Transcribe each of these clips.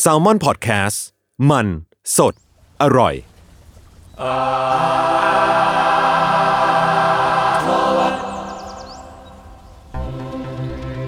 แซลมอนพอดแคสต์มันสดอร่อย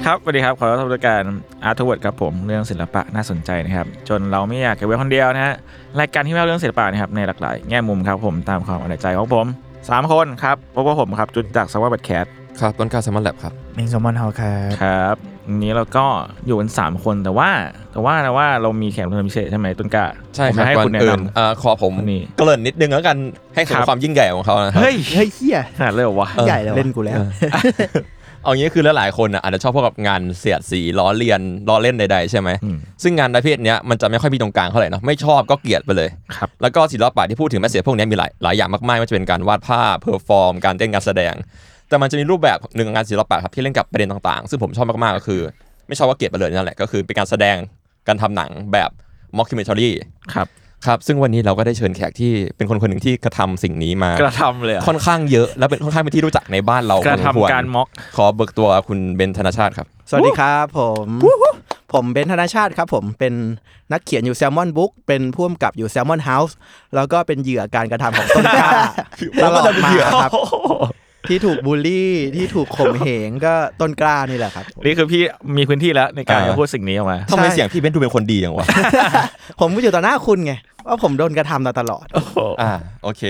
ครับสวัสดีครับ ขอต้อนรับสู่การอาร์ทเวิร์ดครับผม เรื่องศิลปะน่าสนใจนะครับ จนเราไม่อยากเก็บไว้คนเดียวนะฮะ รายการที่เล่าเรื่องศิลปะนะครับในหลากหลายแง่มุมครับผมตามความเอาใจของผม 3 คนครับพบกับผมครับ จุนจากสวัสดิ์แคท ครับต้นกล้าแซมมอนแลบครับ มิงสมอนเฮาครับ ครับวันนี้เราก็อยู่กัน 3 คนแต่ว่า แต่ว่าแต่ว่าเรามีแขกรับเชิญพิเศษใช่ไหมต้นกล้า ใช่ ผม ครับ จะให้ ก่อ คุณ น แนะ อื่ น นอ่าขอผม นี่ เกริ่นนิดนึงแล้วกันให้สม ครับ ความยิ่งใหญ่ของเขานะ ำ ครับ เฮ้ย เฮ้ยเฮีย ขนาดเลยเหรอวะ เออ ใหญ่เลยว่ะเล่นกูแล้ว เอางี้คือหลายๆคนอ่ะอาจจะชอบพวกกับงานเสียดสีล้อเลียนล้อเล่นใดๆใช่ไหม อืม ซึ่งงานประเภทเนี้ยมันจะไม่ค่อยมีตรงกลางเท่าไหร่เนอะไม่ชอบก็เกลียดไปเลย ครับ แล้วก็ศิลปะที่พูดถึงแม่เสียพวกเนี้ยมีหลายหลายอย่างมากๆไม่ว่าจะเป็นการวาดภาพเพอร์ฟอร์มการเต้นการแสดง แต่มันจะมีรูปแบบหนึ่งของงานศิลปะครับที่เล่นกับประเด็นต่างๆ ซึ่งผมชอบมากๆก็คือ ไม่ชอบก็เกลียดไปเลยนั่นแหละก็คือเป็นการแสดงการทำหนังแบบ mockumentary ครับ ครับซึ่งวันนี้เราก็ได้เชิญแขกที่เป็นคนคนหนึ่งที่กระทำสิ่งนี้มาก ระทำเลยอะ ค่อนข้างเยอะ และเป็นค่อนข้างเป็นที่รู้จักในบ้านเรา กระ พอสมคว ทำการม็อก ขอเบิกตัวคุณเบนธนชาติครับ สวัสดีครับผม ผมเบนซ์ธนชาติครับผมเป็นนักเขียนอยู่แซลมอนบุ๊กเป็นผู้กำกับอยู่แซลมอนเฮาส์แล้วก็เป็นเหยื่อการกระทำของต้น กล้าตลอดมาครับที่ถูกบูลลี่ที่ถูกข่มเหงก็ต้นกล้านี่แหละครับ นี่คือพี่มีพื้นที่แล้วในการ อ่า จะพูดสิ่งนี้ออกมา ทำไมเสียงพี่เบนดูเป็นคนดีอย่างวะ ผมก็อยู่ต่อหน้าคุณไงว่าผมโดนกระทำมาตลอด อ่าโอเค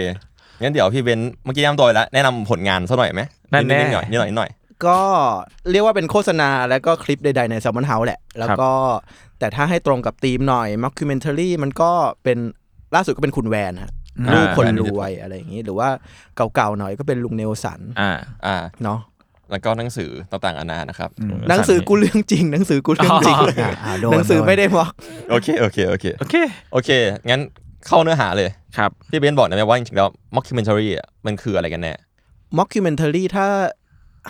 งั้นเดี๋ยวพี่เบนเมื่อกี้แนะนำตัวไปแล้วแนะนำผลงานซะหน่อยไหม นั่นแน่ ดๆหน่อยนิดหน่อยนิดหน่อย ก็เรียกว่าเป็นโฆษณาแล้วก็คลิปใดๆใน s ซ l m o n House แหละ แล้วก็แต่ถ้าให้ตรงกับธีมหน่อย mockumentary มันก็เป็นล่าสุดก็เป็นคุณแวนฮะ อ่า ลูกคนรวยอะไรอย่างนี้ หรือว่าเก่าๆหน่อยก็เป็นลุงเนลสัน อ่า อ่า เนาะ แล้วก็หนังสือต่างๆอานานะครับ หนังสือกูเรื่องจริง หนังสือกูเรื่องจริง อ่าโดน หนังสือ โดน ไม่ได้มอก โอเคโอเคโอเค โอเค โอเค งั้นเข้าเนื้อหาเลย ครับ พี่เบนบอกหนะว่าจริงๆแล้ว mockumentary อ่ะมันคืออะไรกันแน่ ม o c k u m e n t a r y ถ้า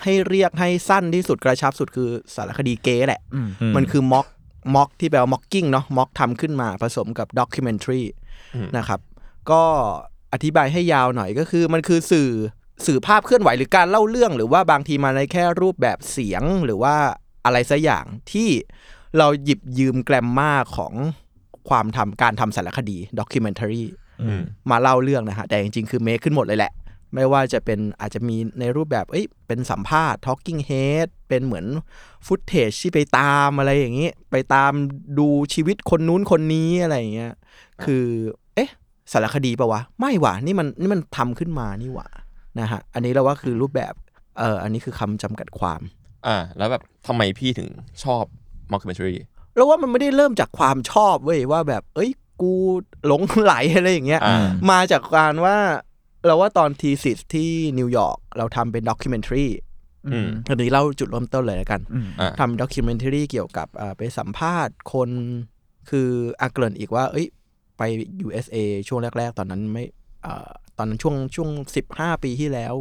ให้เรียกให้สั้นที่สุดกระชับสุดคือสารคดีเก๊แหละ อืม มันคือม็อกม็อกที่แปลว่าม o อกกิ้งเนาะม็อกทำขึ้นมาผสมกับด็อกิเมนทรี อืม นะครับ ก็อธิบายให้ยาวหน่อยก็คือมันคือสื่อสื่อภาพเคลื่อนไหวหรือการเล่าเรื่อง หรือว่าบางทีมาในแค่รูปแบบเสียงหรือว่าอะไรสักอย่างที่เราหยิบยืมแกรมมาของความทำการทำสารคดีด็อกิเมนทรี อืม มาเล่าเรื่องนะฮะ แต่จริงๆ คือเมคขึ้นหมดเลยแหละ ไม่ว่าจะเป็นอาจจะมีในรูปแบบ เอ้ย เป็นสัมภาษณ์ talking head เป็นเหมือนฟุตเทจที่ไปตามอะไรอย่างนี้ ไปตามดูชีวิตคนนู้นคนนี้อะไรอย่างเงี้ย คือ เอ๊ะ สารคดีปะวะ ไม่หว่า นี่มันนี่มันทำขึ้นมานี่หว่า นะฮะ อันนี้เราว่าคือรูปแบบ เอออันนี้คือคำจำกัดความ อ่าแล้วแบบทำไมพี่ถึงชอบ mockumentary แล้วว่ามันไม่ได้เริ่มจากความชอบเว้ยว่าแบบ เอ้ย กูหลงไหลอะไรอย่างเงี้ย อ่า มาจากการว่าเราว่าตอนทีสิสที่นิวยอร์กเราทำเป็นด็อกิเมนทรี อืม อันนี้เล่าจุดเริ่มต้นเลยแล้วกัน อ่า ทำด็อกิเมนทรีเกี่ยวกับอ่าไปสัมภาษณ์คนคืออาเกริ่นอีกว่า เอ้ย ไป USA ช่วงแรก ๆ ตอนนั้นไม่อ่าตอนนั้นช่วงช่วง 15 ปีที่แล้ว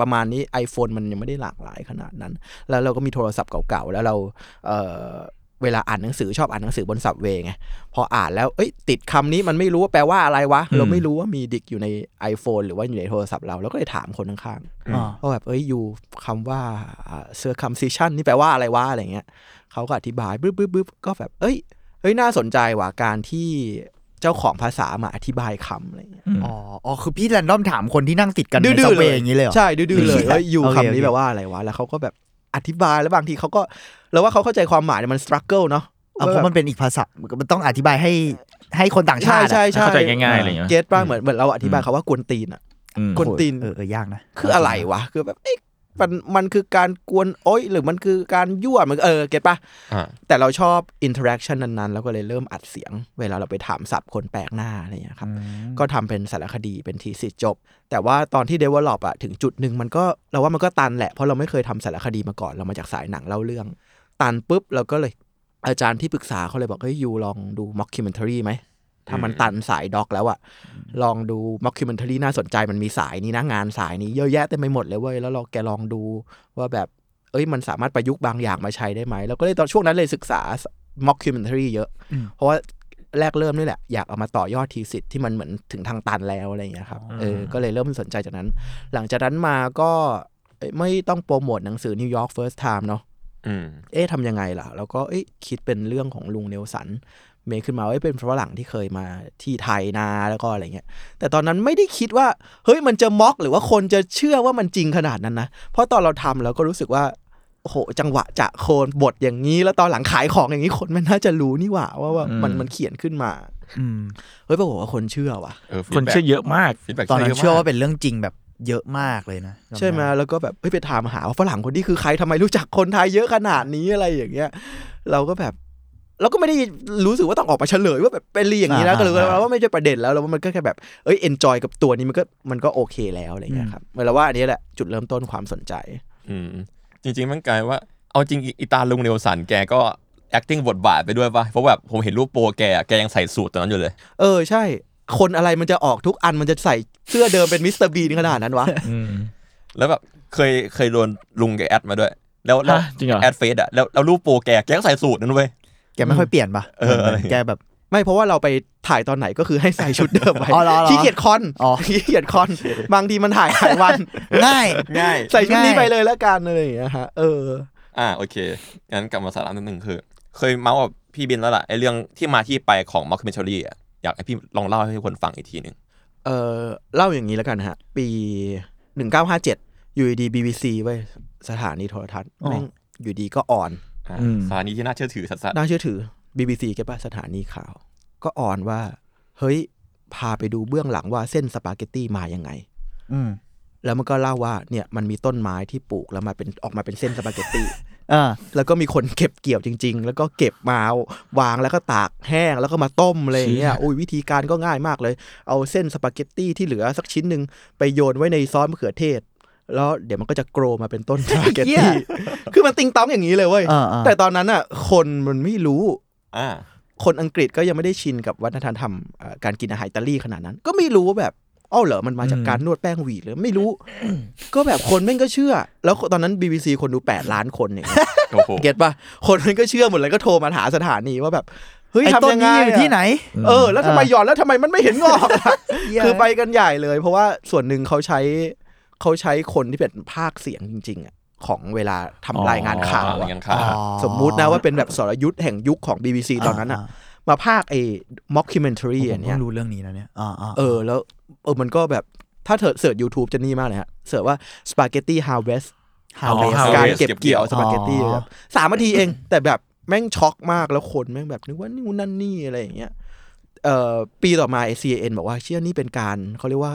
ประมาณนี้ iPhone มันยังไม่ได้หลากหลายขนาดนั้น แล้วเราก็มีโทรศัพท์เก่าๆ แล้วเราเอ่อเวลาอ่านหนังสือชอบอ่านหนังสือบนสับเวย์ไง พออ่านแล้ว เอ้ย ติดคำนี้มันไม่รู้ว่าแปลว่าอะไรวะ เราไม่รู้ว่ามีดิกอยู่ใน iPhone หรือว่าอยู่ในโทรศัพท์เรา เราก็เลยถามคนข้างๆว่าแบบ เอ้ย อยู่คำว่าเซอร์คัมซิชันนี่แปลว่าอะไรวะ อะไรเงี้ยเขาก็อธิบายบึ๊บบึ๊บบึ๊บก็แบบ เอ้ย เฮ้ย น่าสนใจว่ะ การที่เจ้าของภาษามาอธิบายคำอะไรเงี้ย อ๋ออ๋อคือพี่แรนดอมถามคนที่นั่งติดกันใน ดื้อซับ ๆ เว เลย ย์อย่างนี้เลยเหรอ ใช่ดื้อๆเลย เหี้ย ว่าอยู่ โอเค คำนี้ โอเค แปลว่าอะไรวะแล้วเขาก็แบบอธิบายแล้วบางทีเขาก็เราว่าเขาเข้าใจความหมายเนี่ยมันสครัลเกิลเนาะ เออเพราะมันเป็นอีกภาษา มันต้องอธิบายให้ให้คนต่างชา ใช่ ติอะ ใช่ใช่ เข้าใจง่ายๆอะไรอย่างเงี้ย เก็ตบ้างเหมือนเหมือนเราอธิบายเขาว่ากวนตีนอ่ะ อืม กวนตีน เออเออยากนะ คืออะไรวะคือแบบเอ๊ะมันมันคือการกวนโอ้ยหรือมันคือการยั่วมันเออเก็ตปะ อ่า แต่เราชอบอินเทอร์แอคชั่นนั้นๆ แล้วก็เลยเริ่มอัดเสียง เวลาเราไปถามศัพท์คนแปลกหน้าอะไรอย่างเงี้ยครับ ก็ทำเป็นสารคดีเป็นทีสิจบ แต่ว่าตอนที่ develop อะถึงจุดหนึ่งมันก็เราว่ามันก็ตันแหละเพราะเราไม่เคยทำสารคดีมาก่อนเรามาจากสายหนังเล่าเรื่อง ตันปุ๊บเราก็เลยอาจารย์ที่ปรึกษาเขาเลยบอกเฮ้ยยูลองดู mockumentary ไหม ถ้ามันตันสายด็อกแล้วอะลองดู mockumentary น่าสนใจมันมีสายนี้นะงานสายนี้เยอะแยะเต็มไปหมดเลยเว้ยแล้วเราแกลองดูว่าแบบเอ้ยมันสามารถประยุกต์บางอย่างมาใช้ได้ไหมเราก็เลยตอนช่วงนั้นเลยศึกษา mockumentary เยอะ เพราะว่าแรกเริ่มนี่แหละ อยากเอามาต่อยอดทีสิทธิ์ที่มันเหมือนถึงทางตันแล้วอะไรอย่างเงี้ยครับเออก็เลยเริ่มสนใจจากนั้น หลังจากนั้นมาก็เอ้ยไม่ต้องโปรโมทหนังสือ New York First Time เนาะ อืม เอ๊ะทำยังไงล่ะ แล้วก็เอ๊ะคิดเป็นเรื่องของลุงเนลสัน เมย์ขึ้นมาว่าเอ้ยเป็นฝรั่งที่เคยมาที่ไทยนาแล้วก็อะไรเงี้ย แต่ตอนนั้นไม่ได้คิดว่า เฮ้ยมันจะม็อกหรือว่าคนจะเชื่อว่ามันจริงขนาดนั้นนะ เพราะตอนเราทำเราก็รู้สึกว่า โอ้โห จังหวะจะโคนบทอย่างนี้ แล้วตอนหลังขายของอย่างนี้คนมันน่าจะรู้นี่หว่าว่าว่ามัน อืม มันเขียนขึ้นมา อืม เฮ้ยปรากฏว่าคนเชื่อว่ะ เออ feedback คนเชื่อเยอะมาก feedback ตอนนั้นเชื่อ มก ว่าเป็นเรื่องจริงแบบเยอะมากเลยนะจำด้ ใช่ไหมแล้วก็แบบเอ้ยไปถามหาว่าฝรั่งคนนี้คือใครทำไมรู้จักคนไทยเยอะขนาดนี้อะไรอย่างเงี้ย เราก็แบบเราก็ไม่ได้รู้สึกว่าต้องออกมาเฉลยว่าแบบเป็นลีอย่างนี้นะ อ่า ก็เลย อ่า เราว่าไม่ใช่ประเด็นแล้วเราว่ามันก็แค่แบบเอ้ยเอนจอยกับตัวนี้มันก็มันก็โอเคแล้วอะไรเงี้ยครับเราว่าอันนี้แหละจุดเริ่มต้นความสนใจ อืมจริงๆมันกลายว่าเอาจริงอีตาลุงเนลสันแกก็ acting บทบาทไปด้วยป่ะเพราะแบบผมเห็นรูปโปรแกอะแกยังใส่สูทตอนนั้นอยู่เลย เออใช่ คนอะไรมันจะออกทุกอันมันจะใส่เสื้อเดิมเป็นมิสเตอร์บีนขนาดนั้นวะ อืม แล้วแบบเคยเคยโดนลุงแกแอดมาด้วย แล้วแล้ว ฮะจริงเหรอ แอดเฟซอะแล้วแล้วรูปโปรแกแกก็ใส่สูทนั่นเว้ย แกไม่ค่อยเปลี่ยนปะ เอออะไรอย่างเงี้ย แกแบบ ไม่เพราะว่าเราไปถ่ายตอนไหนก็คือให้ใส่ชุดเดิมไว้ อ๋อเหรอเหรอ ขี้เกียจคอน อ๋อ ขี้เกียจคอน บางทีมันถ่ายหลายวัน ง่าย ง่าย ใส่ชุดนี้ ง่าย ไปเลยแล้วกันอะไรอย่างเงี้ยฮะเออ อ่าโอเค งั้นกลับมาสาระนิดนึงคือ เคยเมาส์กับพี่บินแล้วล่ะไอ้เรื่องที่มาที่ไปของม o c k u m e n t a r y อ่ะอยากให้พี่ลองเล่าให้คนฟังอีกทีหนึ่ง เออเล่าอย่างนี้แล้วกันฮะ ปี 1957 อยู่ดี BBC ไว้ยสถานีโทรทัศน์ อ๋อ แม่งอยู่ดีก็อ่อน อ่า อืม สถานีที่น่าเชื่อถือสัสๆ น่าเชื่อถือ BBC เก็ตป่ะสถานีข่าว ก็อ่อนว่า เฮ้ย พาไปดูเบื้องหลังว่าเส้นสปาเกตตี้มายังไง อืม แล้วมันก็เล่าว่าเนี่ยมันมีต้นไม้ที่ปลูกแล้วมาเป็นออกมาเป็นเส้นสปาเกตตี้ อ่า แล้วก็มีคนเก็บเกี่ยวจริง ๆ แล้วก็เก็บมาวางแล้วก็ตากแห้งแล้วก็มาต้มอะไรอย่างเงี้ย เชี่ย โอ้ยวิธีการก็ง่ายมากเลย เอาเส้นสปาเกตตี้ที่เหลือสักชิ้นหนึ่งไปโยนไว้ในซอสมะเขือเทศ แล้วเดี๋ยวมันก็จะโกรมาเป็นต้นสปาเกตตี้ คือมันติงต้องอย่างนี้เลยเว้ย อ่าอ่า แต่ตอนนั้นอ่ะ คนมันไม่รู้ อ่า คนอังกฤษก็ยังไม่ได้ชินกับวัฒนธรรมเอ่อการกินอาหารอิตาลีขนาดนั้น ก็ไม่รู้ว่าแบบอ้าวเหรอมันมาจากการนวดแป้งหวีดหรือไม่รู้ ก็แบบคนแม่งก็เชื่อ แล้วตอนนั้น BBC คนดูแปดล้านคนเนี่ย โอ้โห เก็ตป่ะ คนมันก็เชื่อหมดเลยก็โทรมาหาสถานีว่าแบบ เฮ้ย ไอ้ต้ ทำ น ยังไง นี้ อะ อยู่ที่ไหน เออ แล้วทำไมหย่อนแล้วทำไมมันไม่เห็นงอกอะ เหี้ย คือไปกันใหญ่เลย เพราะว่าส่วนหนึ่งเขาใช้เขาใช้คนที่เป็นภาคเสียงจริง ๆอะของเวลาทำรายงานข่าว อะไร อะ กันข่าว อ๋อ สมมุตินะว่าเป็นแบบสรยุทธ์แห่งยุคของ BBC ตอนนั้นอะมาภาคไอ้ mockumentary ผ อั ม น เพิ่ เนี้ย งรู้เรื่องนี้นะเนี่ยอ่าา เออ แล้วเออมันก็แบบถ้าเธอเสิร์ช YouTube จะนี่มากเลยฮะเสิร์ชว่า spaghetti harvest หาเวส อ๋อ การ Harvest เก็บเกี่ยวสปาเกตตี้ อ๋อ แบบสามนาทีเอง แต่แบบแม่งช็อกมากแล้วคนแม่งแบบนึกว่านู่นนั่นนี่อะไรอย่างเงี้ยเอ่อปีต่อมา ACN บอกว่าเชื่อนี่เป็นการเขาเรียกว่า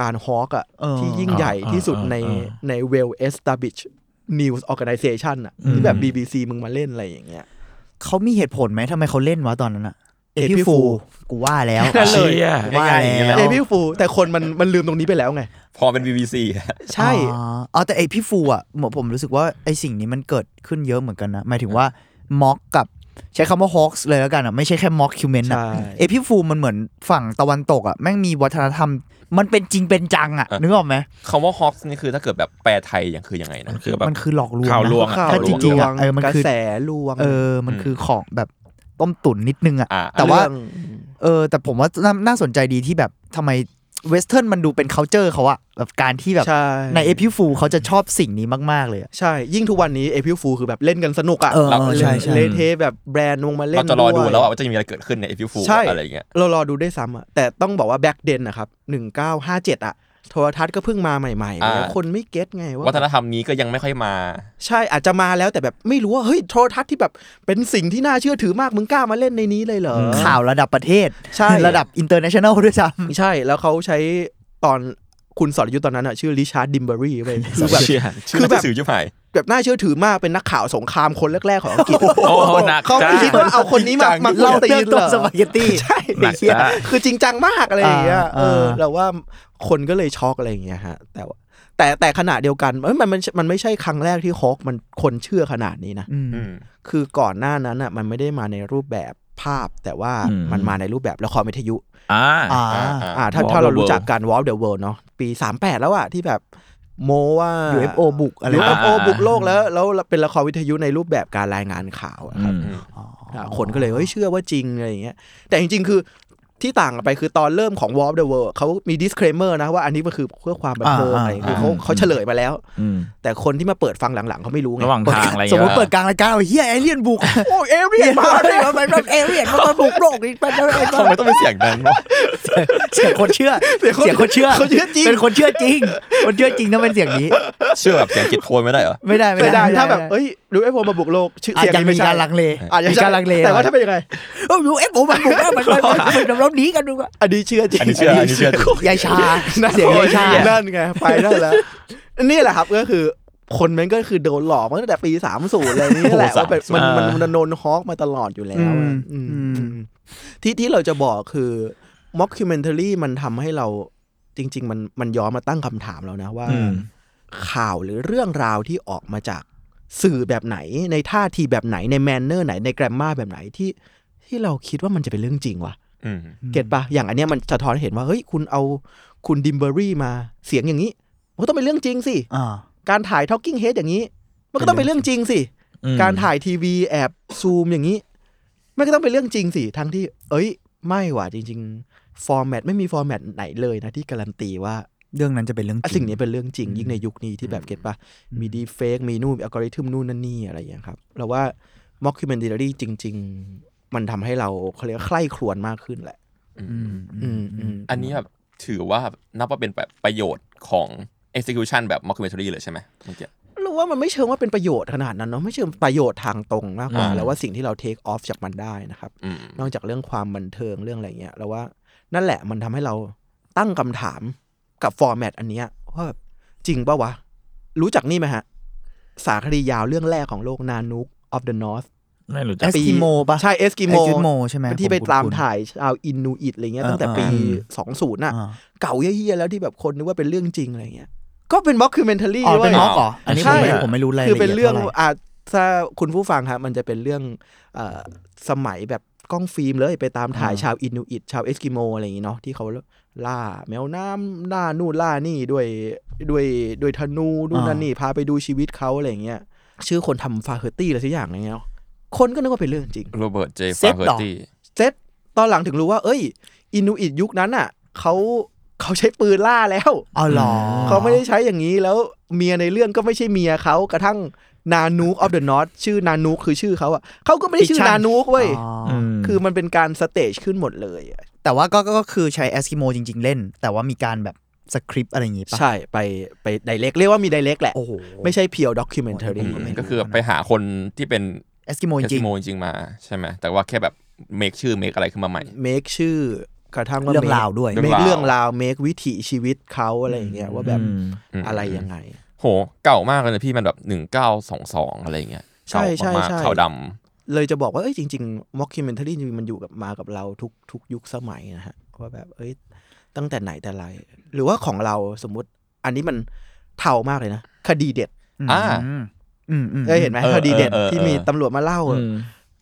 การฮอกอะ เออ ที่ยิ่งใหญ่ที่สุดใน อ่าอ่าอ่า ใน well established news organization อะ อืม ที่แบบ BBC มึงมาเล่นอะไรอย่างเงี้ย เขามีเหตุผลไหมทำไมเขาเล่นวะตอนนั้นอะเอ April พิฟู Fool กูว่าแล้ว นั่นเลย เชี่ย กูว่า ง่ายๆอย่างนี้แล้ แล้ว ว เอพิฟูแต่คนมันมันลืมตรงนี้ไปแล้วไง พอเป็น BBC ใช่ อ๋อเอาแต่เอพิฟูอะหมอผมรู้สึกว่าไอสิ่งนี้มันเกิดขึ้นเยอะเหมือนกันนะ หมายถึงว่าม็อกกับใช้คำว่าฮอ k ส์เลยแล้วกันอะไม่ใช่แค่ม็อกคิวเมนต์อะ ใช่ เอพิฟูมันเหมือนฝั่งตะวันตกอะแม่งมีวัฒนธรรม มันเป็นจริงเป็นจังอะ เออ นึกออกไหม คำว่าฮอ k ส์นี่คือถ้าเกิดแบบแปลไทยอย่างคือยังไงนะ มันคือแบบ มันคือหลอกลวงนะ ข่าวลวงอะ ข่าว ถ้า ล จ วง ริงๆอะเออมัน กระ คือ แสลวง เออ มัน อืม คือของแบบต้มตุ๋นนิดนึงอะ อ่า แต่ว่า เรื่อง เออแต่ผมว่าน่าน่าสนใจดีที่แบบทำไมเวสเทิร์นมันดูเป็น c u เจอร์เขาอะแบบการที่แบบ ใช่ ในเอพิฟูเขาจะชอบสิ่งนี้มาก ๆ เลยอะ ใช่ ยิ่งทุกวันนี้เอพิวฟูคือแบบเล่นกันสนุกอะ เออ เรา เออ เล่น ใช่ใช่ เละเทะแบบแบรนด์ลงมาเล่น เราจะรอดู ย แล้วอะว่าจะมีอะไรเกิดขึ้นในเอพิฟู ใช่ อะไรอย่างเงี้ย เรารอดูได้วยซ้ำอะแต่ต้องบอกว่าแบ็กเดนนะครับหนึ่งเก้าห้าเจ็ดอะ โทรทัศน์ก็เพิ่งมาใหม่ๆ อ่า แล้วคนไม่เก็ตไงว่า วัฒนธรรมนี้ก็ยังไม่ค่อยมา ใช่อาจจะมาแล้วแต่แบบไม่รู้ว่าเฮ้ยโทรทัศน์ที่แบบเป็นสิ่งที่น่าเชื่อถือมากมึงกล้ามาเล่นในนี้เลยเหรอ ข่าวระดับประเทศ ใช่ ระดับอินเตอร์เนชั่นแนลด้วยซ้ ใช่แล้วเขาใช้ตอนคุณสรยุทธ์ตอนนั้นอะชื่อริชาร์ดดิมเบอรี่ไปคือแบบ เชี่ย ชื่อ คือแบบ สื่อชื่อใหม่ แบบน่าเชื่อถือมากเป็นนักข่าวสงครามคนแรก ๆ ของอังกฤษ โอ้โหหนัก เขา จ้า ไม่คิดว่าเอาคนนี้มามา ำเรา ตีนเหเติมตัว รอ สปาเกตตี้ ใช่ หนัก เหี้ย จ้ะ คือจริงจังมากอะไรอย่างเงี้ย อ่า เออ อ่า เราว่าคนก็เลยช็อกอะไรอย่างเงี้ยฮะ แต่ว่าแต่แต่ขณะเดียวกันเอ้ยมันมันมันไม่ใช่ครั้งแรกที่ฮอกมันคนเชื่อขนาดนี้นะ อืม อืม คือก่อนหน้านั้นอ่ะมันไม่ได้มาในรูปแบบภาพ แต่ว่า อืม มันมาในรูปแบบละครวิทยุ อ่า อ่า อ่าถ้า War ถ้า of เรา the รู้จัก World การ War of the World เนาะปี 38 แล้วอะที่แบบโมว่า UFO บุกอะไร UFO อ่า บุกโลกแล้ว แล้วเป็นละครวิทยุในรูปแบบการรายงานข่าวอะครับ อืม อ่ะคนก็เลยเฮ้ยเชื่อว่าจริงอะไรอย่างเงี้ยแต่จริงๆ คือที่ต่างกันไปคือตอนเริ่มของ War of the World เขามี disclaimer นะว่าอันนี้มันคือเพื่อความบันเทิง อ่า อะไรอย่างเงี้ยคือ อ่า เขาเขาเฉลยมาแล้ว อืม แต่คนที่มาเปิดฟังหลังๆเขาไม่รู้ไง ระหว่างทางอะไรอย่า สม ง มติ เงี้ เปิ ย ดกลางรายการเอาเฮียเอเลี่ยนบุก โอ้เอเรียนมาเลย ไปแบบเอเลี่ยนมาบุกโลกนี่ไปแบบ ทำไมต้องเป็นเสียงนั้นวะ เสียงคนเชื่อเสียงคนเชื่อ เขาเชื่อจริง เป็นคนเชื่อจริง คนเชื่อจริงต้องเป็นเสียงนี้ เชื่อแบบเสียงกิดโคนไม่ได้เหรอ ไม่ได้ไม่ ไม่ ได้ ได้ถ้า ไม่ แบบเอ้ยดูเอฟโอมาบุกโลกชื่อ อาจ เสียง จะ นี้ มี ไม่ใช่ การลังเล อาจจะ มีการลังเล แต่ว่าถ้าเป็นยังไง เออยูเอฟโอมันบุกแล้วมันมันมันมันเราหนีกันดูว่า อันนี้เชื่อจริง อันนี้เชื่ออันนี้เชื่อ ยายชาเสียงยายชา นั่นไงไปได้แล้วนี่แหละครับก็คือคนมันก็คือโดนหลอกมาตั้งแต่ปีสามสูอะไรนี่แหละว่าเป็นมันมันมันโดนฮอกมาตลอดอยู่แล้ว อื อะ ม อืม อืม ที่ที่เราจะบอกคือม็อกคิวเมนทารี่มันทำให้เราจริง ๆ มันมันย้อนมาตั้งคำถามแล้วนะว่า อืม ข่าวหรือเรื่องราวที่ออกมาจากสื่อแบบไหน ในท่าทีแบบไหนในแมนเนอร์ไหนในแกรมมาแบบไหนที่ที่เราคิดว่ามันจะเป็นเรื่องจริงวะ อืม เก็ตปะอย่างอันเนี้ยมันสะท้อนให้เห็นว่าเฮ้ยคุณเอาคุณดิมเบอรี่มาเสียงอย่างนี้ มันก็ต้องเป็นเรื่องจริงสิ อ่า การถ่ายท a l กิ้งเฮดอย่างนี้ มันก็ต้องเป็นเรื่องจริงสิ อืม การถ่ายทีวีแอบซูมอย่างนี้ มันก็ต้องเป็นเรื่องจริงสิ ทั้งที่ เอ้ย ไม่ว่ะจริง ๆ ฟอร์แมตไม่มีฟอร์แมตไหนเลยนะที่การันตีว่า เรื่องนั้นจะเป็นเรื่องจ อ่ะ ริง สิ่งนี้เป็นเรื่องจริงยิ่งในยุคนี้ที่แบบเก็ตปะมีดีเฟกมีนู่นอัลกอริทึมนู่นนั่นนี่อะไรอย่างเงี้ยครับ เราว่าม็อกคิวเมน a ี y จริง ๆ มันทำให้เราเขาเรียกว่าใคร่ครวญมากขึ้นแหละ อืมอืม อันนี้แบบถือว่านับว่าเป็นแบบประโยชน์ของ execution แบบ mockumentary เลยใช่ไหมเมื่อกี้ เราว่ามันไม่เชิงว่าเป็นประโยชน์ขนาดนั้นเนาะไม่เชิงประโยชน์ทางตรงมากกว่า อ่า แล้วว่าสิ่งที่เราเทคออฟจากมันได้นะครับ อืม นอกจากเรื่องความบันเทิงเรื่องอะไรเงี้ยเราว่านั่นแหละมันทำให้เราตั้งคำถามกับฟอร์แมตอันเนี้ยว่าแบบจริงปะวะ รู้จักนี่ไหมฮะ สารคดียาวเรื่องแรกของโลกนานุก of the north ไม่รู้จัก เอสกิโมปะ ใช่ Eskimo เอสกิโมใช่ไหม ที่ไป ผม ตาม คุ้นๆ ถ่ายชาวอินนูอิตอะไรเงี้ย เออ ตั้งแต่ปี เอ 20 น่ะ อ่า เก่าเยี่ยๆแล้วที่แบบคนนึกว่าเป็นเรื่องจริงอะไรเงี้ยก็เป็นม็อกคิวเมนทัลี่ อ๋อเป็น ย ม็อกเหรออันนี้ผมไม่ ใช่ ผมไม่รู้รายละ คือ เอียด เป็นเรื่อง ท่าไห อ่ะถ้าคุณผู้ฟังครับมันจะเป็นเรื่องเออสมัยแบบกล้องฟิล์มเลยไปตามถ่าย อ่า ชาวอินูอิตชาวเอสกิโมอะไรอย่างงี้เนาะที่เขาล่าแมวน้ำล่านู่นล่านี่ด้วยด้วยด้วยธนูนู่นนั่นนี่พาไปดูชีวิตเขาอะไรอย่างเงี้ยชื่อคนทำฟาเฮอร์ตี้อะไรสักอย่างอย่างเงี้ยเนอะคนก็นึกว่าเป็นเรื่องจริง โรเบิร์ตเจ เซ็ ฟาร์ตเหรอ เฮอร์ตี้ เซตตอนหลังถึงรู้ว่า เอ้ย อินูอิตยุคนั้นอ่ะเขาเขาใช้ปืนล่าแล้ว อ๋อเหรอ เขาไม่ได้ใช้อย่างนี้แล้วเมียในเรื่องก็ไม่ใช่เมียเขากระทั่งนานูกออฟเดอะนอตชื่อนานูกคือชื่อเขาอ่ะเขาก็ไม่ได้ชื่อนานูกเว้ย อ๋ออ อืม คือมันเป็นการสเตจขึ้นหมดเลย แต่ว่าก็ก็ก็คือใช้เอสกิโมจริง ๆ เล่น แต่ว่ามีการแบบสคริปต์อะไรอย่างงี้ปะ ใช่ไปไปไดเรกเรียกว่ามีไดเรกแหละ โอ้โห ไม่ใช่เพียวด็อกิเมนเทอ อื รี่ ม ก็คือไปหาคนที่เป็น เอสกิโมจ เอส ริ กิ ง โมจริงๆมาใช่ไหมแต่ว่าแค่แบบ make ชื่อ make อะไรขึ้นมาใหม่ เมคชื่อกระทั่งว่า เรื่องราวด้วย make เรื่ เรื่อ องรารงาว ว เมควิถีชีวิตเขาอะไรอย่างเงี้ยว่าแบบอะไรยังไง โห เก่ามากเลยนะพี่มันแบบหนึ่งเก้าสองสองอะไรอย่างเงี้ย ใช่ใช่ เก่ามาก ใช่ ขาวด เลยจะบอกว่าเอ้ยจริงๆ mockumentary จริงๆมันอยู่กับมากับเราทุกทุกยุคสมัยนะฮะว่าแบบเอ้ยตั้งแต่ไหนแต่ไร หรือว่าของเราสมมติอันนี้มันเท่ามากเลยนะ คดีเด็ด ำอ่า อืมอืมอืม เคยเห็นไหม เออ คดีเด็ด เออเออ ที่มี เออ ตำรวจมาเล่า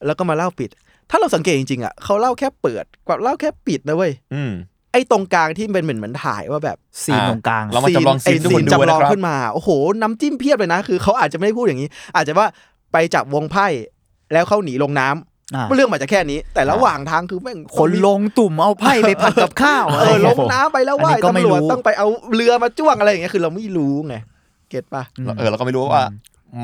แล้วก็มาเล่าปิด ถ้าเราสังเกตจริงๆอ่ะเขาเล่าแค่เปิดกับเล่าแค่ปิดนะเว้ย อืม ไอ้ตรงกลางที่เป็นเหมือนเหมือนถ่ายว่าแบบ ซีนตรงกลาง เรามาจำลองซีนทุกคไอ้นดู จำลอง นะครับ ขึ้นมาโอ้โห น้ำจิ้มเพียบเลยนะ คือเขาอาจจะไม่ได้พูดอย่างนี้ อาจจะว่าไปจับวงไพ่แล้วเข้าหนีลงน้ำ อ่า เรื่องมันจะแค่นี้ แต่ระหว่างทางคือแม่ง คนลงตุ่มเอาไพ่ไปผัดกับข้าว เอ อะไร อล เงี้ย งน้ำไปแล้วว่า อันนี้ก็ไม่ ตำรวจ รู้ ต้องไปเอาเรือมาจ้วงอะไรอย่างเงี้ยคือเราไม่รู้ไงเก็ตปะ เออเราก็ไม่รู้ว่า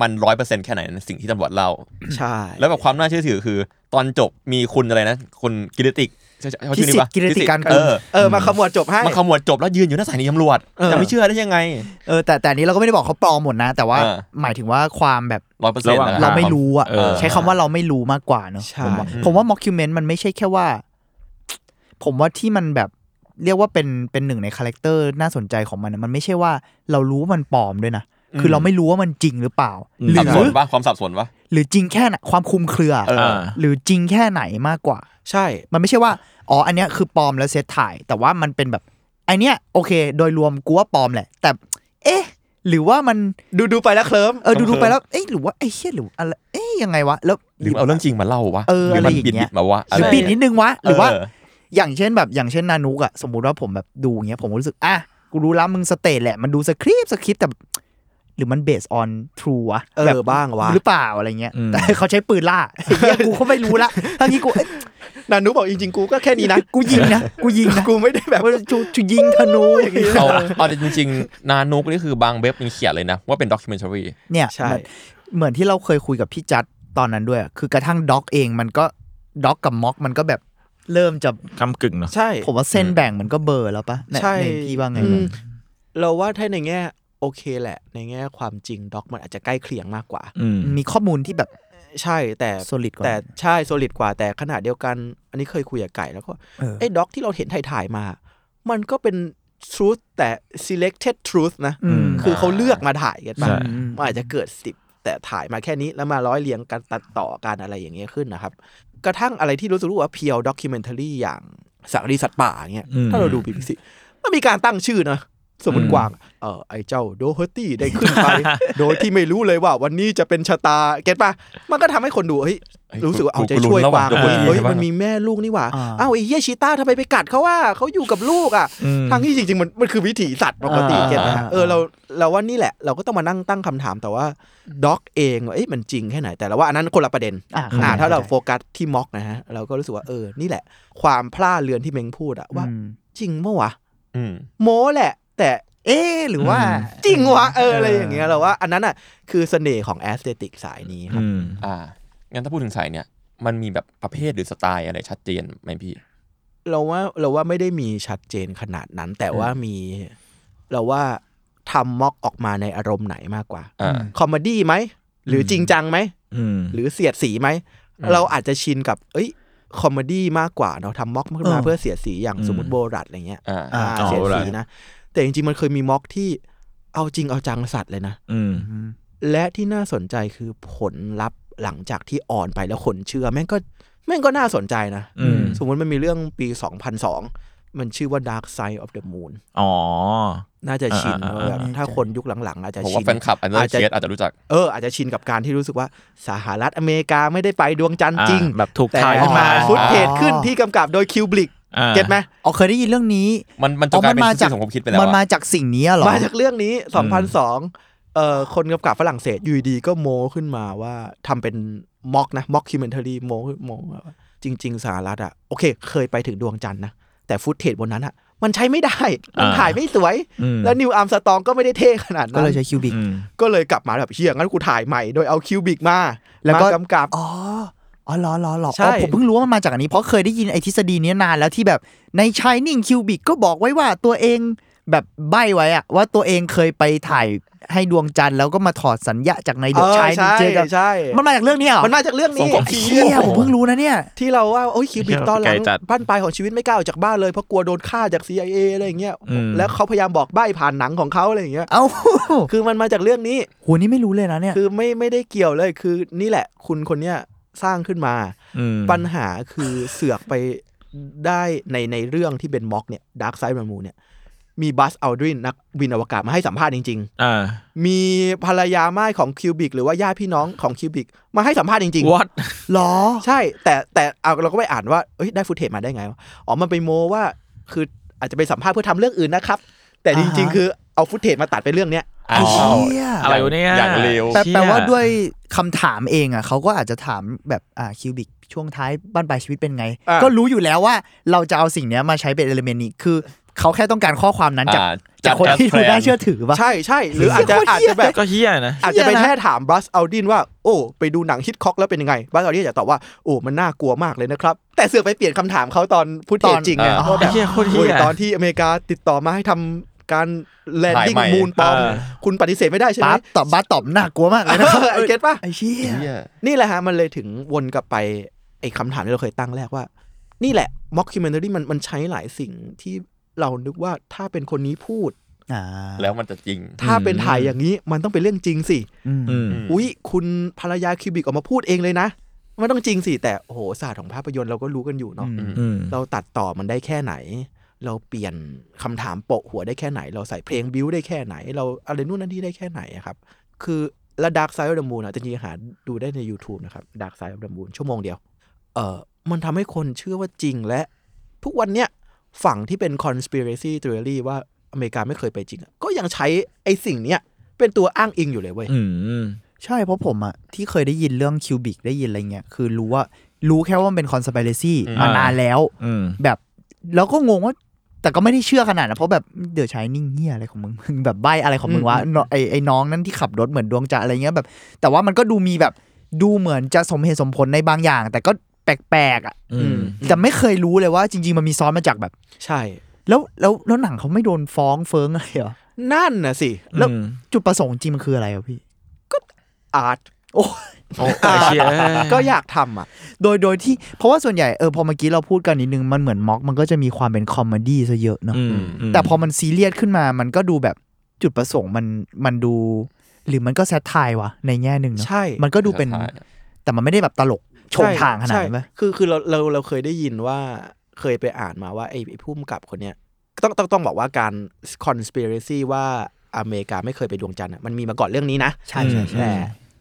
มันร้อยเปอร์เซ็นต์แค่ไหนในสิ่งที่ตำรวจเล่า ใช่ แล้วแบบความน่าเชื่อถือคือ ตอนจบมีคุณอะไรนะ คุณกิติก จะจะเอา พิ ชื่อนี้ สิท ปะ ธิ์กิรติการ เอ กุล อ เออมาขมวดจบให้ มาขมวดจบแล้วยืนอยู่หน้าสถานีตำรวจ เออ จะไม่เชื่อได้ยังไง เออแต่แต่อันนี้เราก็ไม่ได้บอกเขาปลอมหมดนะ แต่ว่า เออ หมายถึงว่าความแบบ ร้อยเปอร์เซ็นระต์หว่าง เราไม่รู้อะ เออ ใช้คำว่าเราไม่รู้มากกว่าเนอะ ใช่ ผมว่าผมว่า mockument มันไม่ใช่แค่ว่า ผมว่าที่มันแบบเรียกว่าเป็นเป็นหนึ่งในคาแรคเตอร์น่าสนใจของมันอะมันไม่ใช่ว่าเรารู้ว่ามันปลอมด้วยนะคือ ม เราไม่รู้ว่ามันจริงหรือเปล่า อืม หรื สับ อ สนปะความสับสนปะ หรือจริงแค่ไหนความคลุมเครือ เอ อ่า หรือจริงแค่ไหนมากกว่า ใช่ มันไม่ใช่ว่า อ๋อ อันเนี้ยคือปลอมแล้วเซตถ่าย แต่ว่ามันเป็นแบบไอนเนี้ยโอเค โดยรวมกูว่าปลอมแหละ แต่ เอ๊ะ หรือว่ามัน ดูดูไปแล้วเคลิ้ม เออดูดูไปแล้ว เอ๊ะ หรือว่าไอ้เหี้ยหรืออะไร เอ๊ะ ยังไงวะ แล้ว หรือเอาเรื่องจริงมาเล่าวะ เออ หรือมั อะไรอย่าง บิด เงี้ บิ ย ดมาวะ หรือ อะไร ปิดนิดนึงวะ เห รือว่า เ อย่างเช่นแบบ อย่างเช่นนานุกอะสมมติว่าผมแบบดูอย่างเงี้ย ผมรู้สึก อ่ะ กูรู้แล้วมึงสเตทแหละ มันดูสคริปต์สคริปต์แต่ หรือมันเบสออนทรูอะ เอ แบบ อบ้างวะ หรือเปล่าอะไรเงี้ย อืม แต่เขาใช้ปืนล่าไอ้เหี้ยกูก็ไม่รู้ละทั้งนี้กูเอ๊ะ นานุบอกจริงๆกูก็แค่นี้นะ กูยิงนะ กูยิงนะ กูไม่ได้แบบ ว่าชูชูยิงธนูอย่างนี้ เอาเอาจริงๆ นานุกนี่คือบางเว็บมันเขียนเลยนะ ว่าเป็นด็อกิเมนทรี เนี่ย ใช่ เหมือนเหมือนที่เราเคยคุยกับพี่จัดตอนนั้นด้วยอะคือกระทั่งด็อกเองมันก็ด็อกกับม็อกมันก็แบบเริ่มจะ กำกึ่งเนาะ ใช่ ผมว่าเส้นแบ่งมันก็เบลอร์แล้วปะใน ใช่ ในพี่ว่าไง อื บ้าง มเราว่าถ้าในแง่ โอเคแหละ ในแง่ความจริงด็อกมันอาจจะใกล้เคียงมากกว่า อืม มีข้อมูลที่แบบ ใช่แต่ โซลิดกว่า แต่ใช่โซลิดกว่าแต่ขนาดเดียวกัน อันนี้เคยคุยกับไก่แล้วก็ เออ ไอ้ด็อกที่เราเห็นถ่ายๆมา มันก็เป็น truth แต่ selected truth นะ อืม คือเขาเลือกมาถ่ายกันมา ใช่ มันอาจจะเกิดสิบแต่ถ่ายมาแค่นี้แล้วมาร้อยเรียงกันตัดต่อกันอะไรอย่างเงี้ยขึ้นนะครับ กระทั่งอะไรที่รู้สึกว่าเพียวด็อกิเมนทารีอย่างสารคดีสัตว์ป่าอย่างเงี้ย อืม ถ้าเราดูบีบีซีมันมีการตั้งชื่อนะสมมติ อืม กวางเออไอเจ้าโดเฮอร์ตี้ได้ขึ้นไป โดยที่ไม่รู้เลยว่าวันนี้จะเป็นชะตาเก็ตปะมันก็ทำให้คนดูเฮ้ย รู้สึกว่าเอาใจช่วยกวาง เฮ้ย เฮ้ย มั มัน น มี มีแม่ลูกนี่หว่า อ่า อ้าวไอ้เหี้ยชีต้าทำไมไปกัดเขาว่าเขาอยู่กับลูกอ่ะ อืม ทางที่จริงๆมันมันคือวิถีสัตว์ปกติ อ่า เก็ตนะฮะ อ่า เออเราเราว่านี่แหละ เราก็ต้องมานั่งตั้งคำถามแต่ว่าด็อกเองว่าเอ๊ะมันจริงแค่ไหนแต่เราว่าอันนั้นคนละประเด็น อ่าเข้ใจ อ่าถ้าเราโฟ เข้ใจ กัสที่ม็อกนะฮะเราก็รู้สึกว่าเออนี่แหละ ความพลาดเลือนที่เม้งพูดอะว่า อืม จริงเมื่อวะโม้แหละ แต่ เอ๊ะหรือว่า จริงวะเอออะไรอย่างเงี้ยเราว่าอันนั้นอ่ะคือเสน่ห์ของแอสเตติกสายนี้ครับ อืม อ่า งั้นถ้าพูดถึงสายเนี่ย มันมีแบบประเภทหรือสไตล์อะไรชัดเจนไหมพี่ เราว่าเราว่าไม่ได้มีชัดเจนขนาดนั้น แต่ว่ามี เราว่าทำม็อกออกมาในอารมณ์ไหนมากกว่า อ่า คอมเมดี้ไหม หรือจริงจังไหม อืม หรือเสียดสีไหม เราอาจจะชินกับ เอ้ยคอมเมดี้มากกว่าเนาะทำม็อกขึ้นมา เออ เพื่อเสียดสีอย่าง อืม สมมติโบรัดอะไรเงี้ย อ่า อ่า อ่าเสียดสีนะ แต่จริงๆมันเคยมีม็อกที่เอาจริงเอาจังสัตว์เลยนะ อืม และที่น่าสนใจคือผลลัพธ์หลังจากที่อ่อนไปแล้วคนเชื่อแม่งก็แม่งก็น่าสนใจนะ อืม สมมติมันมีเรื่องปี 2002 มันชื่อว่า Dark Side of the Moon อ๋อ น่าจะชิน อ่า ว่า อ่า แบบถ้าคนยุคหลังๆ อาจจะ ผม ชิ ว่าแฟนคลับอันนั้น อาจ เค จะ สอาจจะรู้จัก เอออาจจะชินกับการที่รู้สึกว่าสหรัฐอเมริกาไม่ได้ไปดวงจันทร์จริง อ่าแบบถูก แต่ ถ่ายขึ้นมา มา อ๋อ ฟุตเทจขึ้นที่กำกับโดยคิวบลิก อ่า เก็ตไหม อ๋อเคยได้ยินเรื่องนี้ มันมันจะ อ๋อก ลาย มั เป็น มา ชื่ จาก อของผมคิดไปแล้ว มันมา อะ จากสิ่งนี้เหรอ มาจากเรื่องนี้ 2002เอ่อคนกำกับฝรั่งเศสอยูดีๆก็โมขึ้นมาว่าทำเป็นม็อกนะม็อกคิวเมนทารีโมโมว่าจริง ๆ สหรัฐอ่ะโอเค เคยไปถึงดวงจันทร์นะแต่ฟุตเทจบนนั้นอ่ะมันใช้ไม่ได้มัน อ่า ถ่ายไม่สวย อืม แล้วนิวอาร์มสตองก็ไม่ได้เท่ขนาด ก็ นั้น เลยใช้คิวบิก อืม ก็เลยกลับมาแบบเฮียงั้นกูถ่ายใหม่โดยเอาคิวบิกมา แล้วก็ มากำกับ อ๋อ อ๋อเหรอเหรอเหรอ ใช่ อ๋อผมเพิ่งรู้ว่ามันมาจากอันนี้ เพราะเคยได้ยินไอ้ทฤษฎีเนี้ยนานแล้วที่แบบในชายนิ่งคิวบิกก็บอกไว้ว่าตัวเองแบบใบ้ไว้อะว่าตัวเองเคยไปถ่ายให้ดวงจันทร์แล้วก็มาถอดสัญญาจากในเด เอ อะ อ ชายนิ่ง ใช่ เจอกัน ใช่ มันมาจากเรื่องเนี้ยเหรอ มันมาจากเรื่องนี้ เชี่ยผมเพิ่งรู้นะเนี่ย ที่เราว่าโอ้ยคิวบิกตอนหลั ไกล ง จัด บ้านปลายของชีวิตไม่กล้าออกจากบ้านเลยเพราะกลัวโดนฆ่าจาก CIA อะไรอย่างเงี้ย อืม แล้วเขาพยายามบอกใบ้ผ่านหนังของเขาอะไรอย่างเงี้ย เอ้า คือมันมาจากเรื่องนี้ โหนี่ไม่รู้เลยนะเนี่ย คือไม่ไม่ได้เกี่ยวเลยคือนี่แหละ คุณคนเนี้ยสร้างขึ้นมา อืม ปัญหาคือเสือกไปได้ในในเรื่องที่เป็นม็อกเนี่ยดาร์คไซด์แมนมูเนี่ยมีบัสอัลดรินนักบินอวกาศมาให้สัมภาษณ์จริง อ่า ๆ มีภรรยาม่ายของคิวบิกหรือว่าญาติพี่น้องของคิวบิกมาให้สัมภาษณ์จริง what หรอ ๆ ใช่แต่แต่เอาเราก็ไปอ่านว่าเอ้ยได้ฟุตเทจมาได้ไงวะอ๋อมันไปโมว่าคืออาจจะไปสัมภาษณ์เพื่อทำเรื่องอื่นนะครับ แต่จริง อ่าฮะ ๆ คือเอาฟุตเทจมาตัดเป็นเรื่องเนี้ย ไอ้เชี่ย อะไรวะเนี่ย อย่างเร็ว แปล เชี่ย แปลว่าด้วยคำถามเองอ่ะเขาก็อาจจะถามแบบอ่าคิวบิกช่วงท้ายบ้านปลายชีวิตเป็นไง อ่า ก็รู้อยู่แล้วว่าเราจะเอาสิ่งเนี้ยมาใช้เป็นเอลเมนต์นี้คือ เขาแค่ต้องการข้อความนั้นจาก อ่า จากคนที่ดูน่าเชื่อถือป่ะ ใช่ใช่หรืออาจจะอาจเหี้ยจะแบบ ก็เฮี้ยนะ อาจจะไป เหี้ยนะ แค่ถามบัสเอาดินว่าโอ้ ไปดูหนังฮิตคอกแล้วเป็นยังไงบัสเอาดินจะตอบว่าโอ้มันน่ากลัวมากเลยนะครับ แต่เสือกไปเปลี่ยนคำถามเขาตอนพูดเทจจริงไง ตอน ว่าแบบ ไอ้เหี้ยโคตรเหี้ย โอ้ยตอนที่อเมริกาติดต่อมาให้ทำการแลนดิ้ง ถ่ายใหม่ มูนปลอม เออ คุณปฏิเสธไม่ได้ใช่ไหม บัสตอบบัสตอบน่ากลัวมากเลยนะครับ เออเก็ตปะ ไอ้เชี่ย เหี้ย นี่แหละฮะ มันเลยถึงวนกลับไปไอ้คำถามที่เราเคยตั้งแรกว่า นี่แหละม็อกคิ m เมน r รี่มันมันใช้หลายสิ่งที่เรานึกว่าถ้าเป็นคนนี้พูด อ่า แล้วมันจะจริง ถ้าเป็นถ่ายอย่างนี้มันต้องเป็นเรื่องจริงสิ อืม อืม ม อุ๊ย คุณภรรยาคิวบิกออกมาพูดเองเลยนะ มันต้องจริงสิ แต่โอ้โหศาสตร์ของภาพยนตร์เราก็รู้กันอยู่เนาะ อืม อืม เราตัดต่อมันได้แค่ไหน เราเปลี่ยนคำถามโปะหัวได้แค่ไหน เราใส่เพลงบิวได้แค่ไหน เราอะไรนู่นนั่นที่ได้แค่ไหนอะครับ คือระดักไซด์เดอะมูนอ่ะจริงๆหาดูได้ใน YouTube นะครับดักไซด์เดอะมูนชั่วโมงเดียว เออมันทำให้คนเชื่อว่าจริงและ ทุกวันเนี้ยฝั่งที่เป็น conspiracy theory ว่าอเมริกาไม่เคยไปจริงอะก็ยังใช้ไอ้สิ่งเนี้ยเป็นตัวอ้างอิงอยู่เลยเว้ย อืม ใช่เพราะผมอะที่เคยได้ยินเรื่องคิวบิกได้ยินอะไรเงี้ยคือรู้ว่ารู้แค่ว่ามันเป็นคอน s p i r a c y อืม มานานแล้ว อืม แบบแล้วก็งงว่า แต่ก็ไม่ได้เชื่อขนาดนะเพราะแบบเดือดใช้นิ่งเฮียอะไรของมึง มึงแบบใบอะไรของมึงวะ อืม เนาะไอไอน้องนั่นที่ขับรถเหมือนดวงจะอะไรเงี้ยแบบ แต่ว่ามันก็ดูมีแบบดูเหมือนจะสมเหตุสมผลในบางอย่าง แต่ก็แปลกๆอะ อืม แต่ไม่เคยรู้เลยว่าจริง ๆ มันมีซ้อนมาจากแบบ ใช่ แล้วแล้วแล้วหนังเขาไม่โดนฟ้องเฟิงอะไรเหรอ นั่นน่ะสิ แล้ว อืม จุดประสงค์จริงมันคืออะไรอะพี่ อาร์ตโอ้ ไอ้เชี่ย ก็อยากทำอ่ะ โดยโดยที่เพราะว่าส่วนใหญ่เออพอเมื่อกี้เราพูดกันนิดนึง มันเหมือนม็อกมันก็จะมีความเป็นคอมเมดี้ซะเยอะเนาะ อืม แต่พอมันซีเรียสขึ้นมามันก็ดูแบบจุดประสงค์มันมันดู หรือมันก็แซทไทยวะในแง่หนึ่งเนาะ ใช่ มันก็ดูเป็น แต่มันไม่ได้แบบตลกโฉมทางขนาด ใช่ นั้นไหม ใช่คือคือเราเราเราเคยได้ยินว่าเคยไปอ่านมาว่าไอ้ไอ้ผู้กำกับคนเนี้ยต้องต้องต้องบอกว่าการ conspiracy ว่าอเมริกาไม่เคยไปดวงจันทร์อะมันมีมาก่อนเรื่องนี้นะ ใช่ใช่ใช่ แต่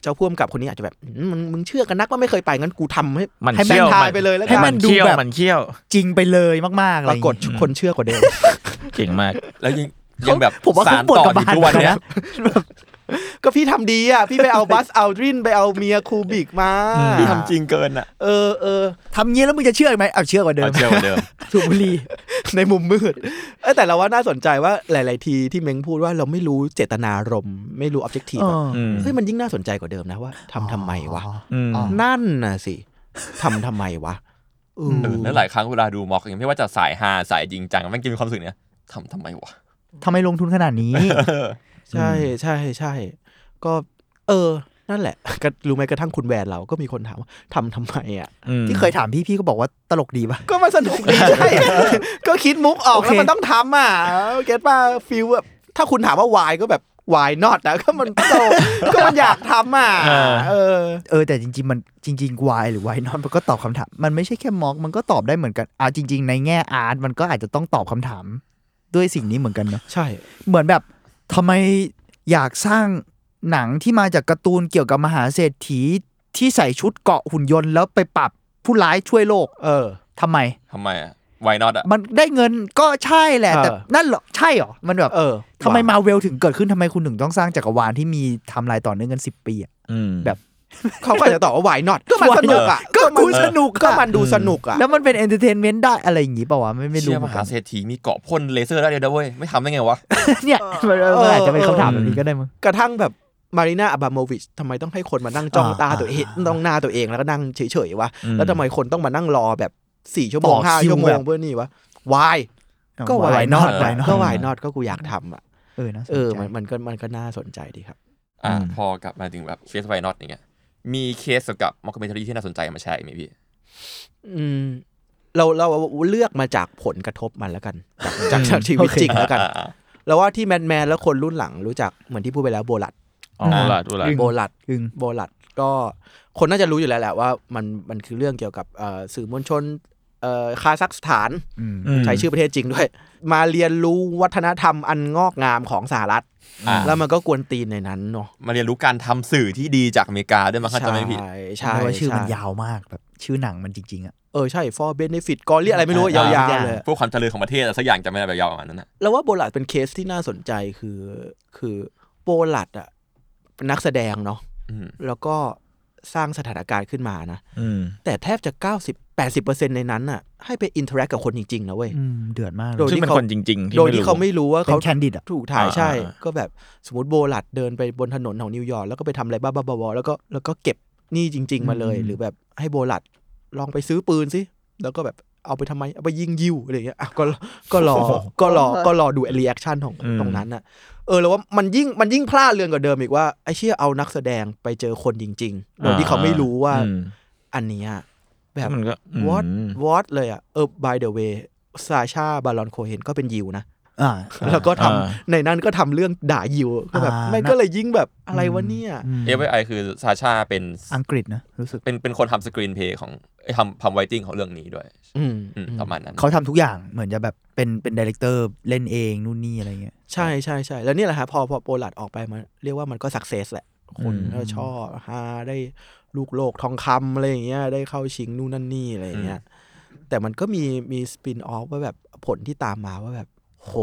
เจ้าผู้กำกับคนนี้อาจจะแบบอืมมึงมึงเชื่อกันนักว่าไม่เคยไปงั้นกูทำให้ มัน ให้แม่ เขี้ ง ยว ทายไปเลยแล้ว ให้ กั มัน น เขี้ยว ดูแบบ มันเขี้ยว จริงไปเลยมากๆอะปราไรอย่ากงฏเงี้ย คนเชื่อกว่าเดิม เก่งมาก แล้วยังยังแบบ ผมว่า สา เขา ร ปวด ต่อก ระ อยู่ทุบาลกวันเนี้ย นะแบบ ก็พี่ทำดีอ่ะพี่ไปเอาบัสเอาดรินไปเอาเมียครูบิก มา ที่ทำจริงเกินอ่ะ เออเออ ทำเงี้ยแล้วมึงจะเชื่ออีกไหมเอาเชื่อกว่าเดิม เชื่อเหมือนเดิม ถูกบุหรี ในมุมมืดเอ้ยแต่เราว่าน่าสนใจว่าหลาย ๆ ทีที่เม้งพูดว่าเราไม่รู้เจตนารมณ์ไม่รู้ออบเจกตีฟ เออ อืม เฮ้ยมันยิ่งน่าสนใจกว่าเดิมนะว่าทำทำไมวะ อืม นั่นน่ะสิทำทำไมวะเออ เออแล้วหลายครั้งเวลาดูม็อกอย่างไม่ว่าจะสายฮาสายจริงจังมันกินความรู้สึกเนี้ยทำทำไมวะ ทำไมลงทุนขนาดนี้ ใช่ใช่ใช่ก็เออ นั่นแหละ ก็รู้ไหมกระทั่งคุณแวนเราก็มีคนถามว่าทำทำไมอ่ะ อืม ที่เคยถามพี่พี่ก็บอกว่าตลกดีป่ะ ก็มันสนุกดี ใช่ ก็คิดมุกออก โอ แล้ เค วมันต้องทำอ่ะเก็ตป่ะฟิลแบบถ้าคุณถามว่าวายก็แบบวายนอตนะ ก็มันโตก็มันอยากทำอ่ะเออ เออแต่จริงๆมันจริงๆวายหรือวายนอนมันก็ตอบคำถาม มันไม่ใช่แค่มอกมันก็ตอบได้เหมือนกันอ่าจริง ๆ ในแง่อาร์ตมันก็อาจจะต้องตอบคำถาม ด้วยสิ่งนี้เหมือนกันเนาะ ใช่ เหมือนแบบทำไมอยากสร้างหนังที่มาจากการ์ตูนเกี่ยวกับมหาเศรษฐีที่ใส่ชุดเกาะหุ่นยนต์แล้วไปปรับผู้ร้ายช่วยโลก เออ ทำไม ทำไมอ่ะ why not อ่ะ มันได้เงินก็ใช่แหละ แต่ เออ นั่นเหรอใช่เหรอมันแบบ เออ ทำไม ว่ะ มาเวลถึงเกิดขึ้นทำไมคุณถึงต้องสร้างจักรวาลที่มีไทำลายต่อเนื่องกันสิบปีอะ อืม แบบ เขาก็อาจจะตอบว่า why not ก็มัน Why สนุกอ่ะ not? ก็กูสนุกอะ ก็มันดูสนุกอ่ะ แล้วมันเป็นเอนเตอร์เทนเมนต์ได้อะไรอย่างงี้เปล่าวะไม่ไม่รู้ เชื่อ เห ม มือน หา กัน เศรษฐีมีเกาะพ่นเลเซอร์ได้เลยนะเว้ย ไม่ทำได้ไงวะ เนี่ยมัน เออ อาจจะเป็นคำถามแบบนี้ก็ได้มั้ง กระทั่งแบบมารีนาอับราโมวิชทำไมต้องให้คนมานั่งจ้อง อ่า ตาตัวเอง อ่า ต้องหน้าตัวเองแล้วก็นั่งเฉยๆวะ อืม แล้วทำไมคนต้องมานั่งรอแบบสี่ชั่วโม ต่ ง อ ห้า คิว ชั่วโม แบ ง บ เพื่อนี่วะ why ก็ วา why ยนอ not ตวายนอต ก็ why not ก็กูอยากทำอ่ะ เออนะ เออ มันมันก็มันก็น่าสนใจดีครับ อ่า อืม พอกลับมาถึงแบบเคส why not อย่างเงี้ย มีเคสเกี่ยวกับมอคเมนทารีที่น่าสนใจมาแชร์อีกไหมพี่ อืม เราเราเลือกมาจากผลกระทบมันแล้วกัน จากจากชีวิตจริง แล้วกัน เราว่าที่แมนแมนๆแล้วคนรุ่นหลังรู้จักเหมือนที่พูดไปแล้วโบลัด อ๋อหลัดหลัด โบลัด อึง โบลัดก็คนน่าจะรู้อยู่แล้วแหละว่ามันมันคือเรื่องเกี่ยวกับเอ่อสื่อมวลชนเอ่อคาซัคสถาน อืม ม ใช้ชื่อประเทศจริงด้วย มาเรียนรู้วัฒนธรรมอันงอกงามของสหรัฐ อ่า แล้วมันก็กวนตีนในนั้นเนาะ มาเรียนรู้การทำสื่อที่ดีจากอเมริกาด้วยมั้งครับจำไม่ผิด ใช่ ใช่ ใช่ ว่าชื่อมัน ใ ยาวมากแบบชื่อหนังมันจริงๆอ่ะ เออใช่ for benefit กอเรียกอะไรไม่รู้อะยาวๆเลย เพื่อความเจริญของประเทศอะไรสักอย่างจะไม่ได้แบบยาวประมาณนั้นนะ แล้วว่าโบลัดเป็นเคสที่น่าสนใจคือคือโบลัดอะเป็นนักแสดงเนาะ อืม แล้วก็ สร้างสถานการณ์ขึ้นมานะ อืม แต่แทบจะ 90 80 ในนั้นน่ะให้ไปอินเทอร์แอคกับคนจริง ๆ นะเว้ย อืมเดือดมากเล โด ย ย ซึ่ง ที่ เป็น เขา คนจริง ๆ ที่ โดยที่เขาไม่รู้ว่า เป็ เขา นแคนดิดอ่ะ ถูกถ่ายใช่ อ่าอ่า ก็แบบสมมติโบลัดเดินไปบนถนนของนิวยอร์กแล้วก็ไปทำอะไรบ้าๆบอๆแล้วก็แล้วก็เก็บหนี่จริง ๆ มาเลย อืม หรือแบบให้โบลัดลองไปซื้อปืนสิแล้วก็แบบเอาไปทำไมเอาไปยิงยิวอะไรอย่างเงี้ยอ่ะก็ก็ รอก็รอก็รอดูรีแอคชั่นของ อืม ตรงนั้นน่ะเออแล้วว่ามันยิ่งมันยิ่งพลาดเรือนกว่าเดิมอีกว่าไอ้เชี่ยเอานักแสดงไปเจอคนจริงๆโดยที่เขาไม่รู้ว่า อืม อันเนี้ยแบ ซึ่ บ งมันก็อืม what what เลยอ่ะเออ by the way ซาชาบารอนโคเฮนก็เป็นยิวนะ อ่า แล้วก็ทำ อ่า ในนั้นก็ทำเรื่องด่ายิวก็แบบ อ่า ไม่ง นะ ก็เลยยิ่งแบบอะไรวะเนี่ย เอฟไอคือซาชาเป็น อังกฤษนะรู้สึก เป็นเป็นคนทำสกรีนเพย์ของเอ้ยทำทำไวติ้งของเรื่องนี้ด้วย อืม อืม อืม ประมาณนั้น เขาทำทุกอย่างเหมือนจะแบบเป็นเป็นดีเลกเตอร์เล่นเองนู่นนี่อะไรเงี้ย ใช่ใช่ใช่แล้วเนี่ยแหละฮะพอพอโปลัดออกไปมันเรียกว่ามันก็สักเซสแหละ คน อืม ก็ชอบฮาได้ลูกโลกทองคำอะไรอย่างเงี้ยได้เข้าชิงนู่นนั่นนี่อะไรอย่างเงี้ยแต่มันก็มีมีสปินออฟว่าแบบผลที่ตามมาว่าแบบ โห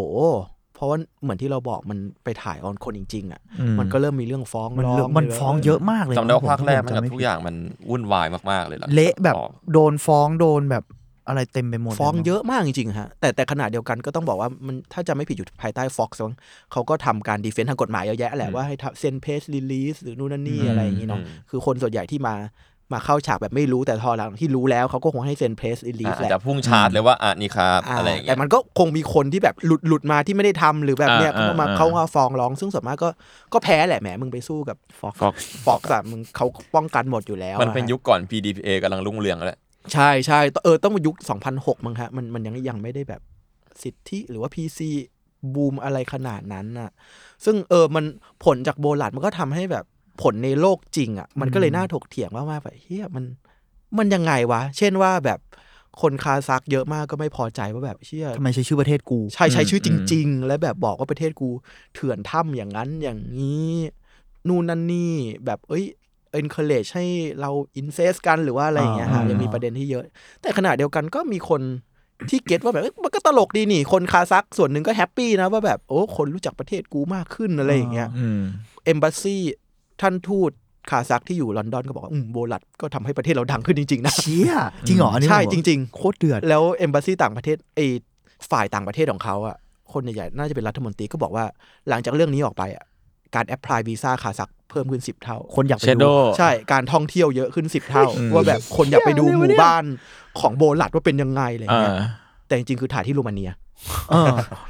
เพราะว่าเหมือนที่เราบอกมันไปถ่ายออนคนจริง ๆอ่ะ อืม มันก็เริ่มมีเรื่องฟ้อง มัน ร้อง เยอะมันฟ้องเยอะมากเลย จำได้ว่า ผม ภาคแรกมัน จำ แบบ ไม่ ทุ ผิ ก ด อย่างมันวุ่นวายมาก ๆ เลยหงจาก เละแบบ ออก โดนฟ้องโดนแบบอะไรเต็มไปหมด ฟ้อง ล เยอะมากจริงๆฮะแต่แต่ขณะเดียวกันก็ต้องบอกว่ามันถ้าจะไม่ผิดอยู่ภายใต้ Fox มั้งเขาก็ทำการดีเฟนต์ทางกฎหมายเยอะแยะแหละว่าให้ทำเซ็นเพจรีลีสหรือนู่นนั่นนี่อะไรอย่างนี้เนาะคือคนส่วนใหญ่ที่มามาเข้าฉากแบบไม่รู้แต่พอหลังที่รู้แล้วเขาก็คงให้เซ็นเพจรีลี อ่ะ ส อาจแหละ จะพุ่งชาร์จเลยว่าอ่ะนี่ครับ อ่า อะไรอย่างเงี้ แต่ ย มันก็คงมีคนที่แบบหลุดหลุดมาที่ไม่ได้ทำหรือแบบเนี้ย อ่า ก็มา อ่า เขามาฟ้องร้อง ซึ่งส่วนมากก็ก็แพ้แหละแหมมึงไปสู้กับฟอก ฟอก ฟอกอะมึงเขาป้องกันหมดอยู่แล้ว มันเป็น อะฮะ ยุคก่อน PDPA กำลังรุ่งเรืองแล้วแหละ ใช่ใช่เออต้องมายุค 2006 มั้งฮะมันมันยังยังไม่ได้แบบสิทธิหรือว่า PC บูมอะไรขนาดนั้นน่ะ ซึ่งเออมันผลจากโบลัดมันก็ทำให้แบบผลในโลกจริงอะ่ะ มันก็เลยน่าถกเถียงมากๆแบบเฮียมันมันยังไงวะ เช่นว่าแบบคนคาซักเยอะมากก็ไม่พอใจว่าแบบเชี่ย ทำไมใช้ชื่อประเทศกู ใช่ใช้ อืม ชื่อจ อืม ริง ๆ และแบบบอกว่าประเทศกูเถื่อนถ้ำอย่างนั้นอย่างนี้ นู่นนั่นนี่ แบบเอ้ย encourage ให้เรา incest กันหรือว่าอะไรอย่างเงี้ยฮะ อ่ายั ยังมีประเด็นที่เยอะ แต่ขณะเดียวกันก็มีคนที่เก็ตว่าแบบเอ้ยมันก็ตลกดีนี่ คนคาซักส่วนหนึ่งก็แฮปปี้นะว่าแบบ โอ้ คนรู้จักประเทศกูมากขึ้นอะไรอย่างเงี้ย อืม เอมบัสซีท่านทูตคาซักที่อยู่ลอนดอนก็บอกว่าอืมโบลัดก็ทำให้ประเทศเราดังขึ้นจริง ๆ นะ เชี่ยจริงเหรออันนี้ ใช่ ผม จริง โคตรเดือด ๆ แล้วเอมบัสซีต่างประเทศไอฝ่ายต่างประเทศของเขาอะคนใหญ่ๆน่าจะเป็นรัฐมนตรีก็บอกว่า หลังจากเรื่องนี้ออกไปอะการแอพพลายวีซ่าคาซักเพิ่มขึ้นสิบเท่า คนอยากไป เชโด ดู ใช่การท่องเที่ยวเยอะขึ้นสิบเท่า อืม ว่าแบบคนอยากไปดูหมู่บ้านของโบลัดว่าเป็นยังไงอะไร อ่า เงี้ยแต่จริงๆคือถ่ายที่โรมาเนีย เออ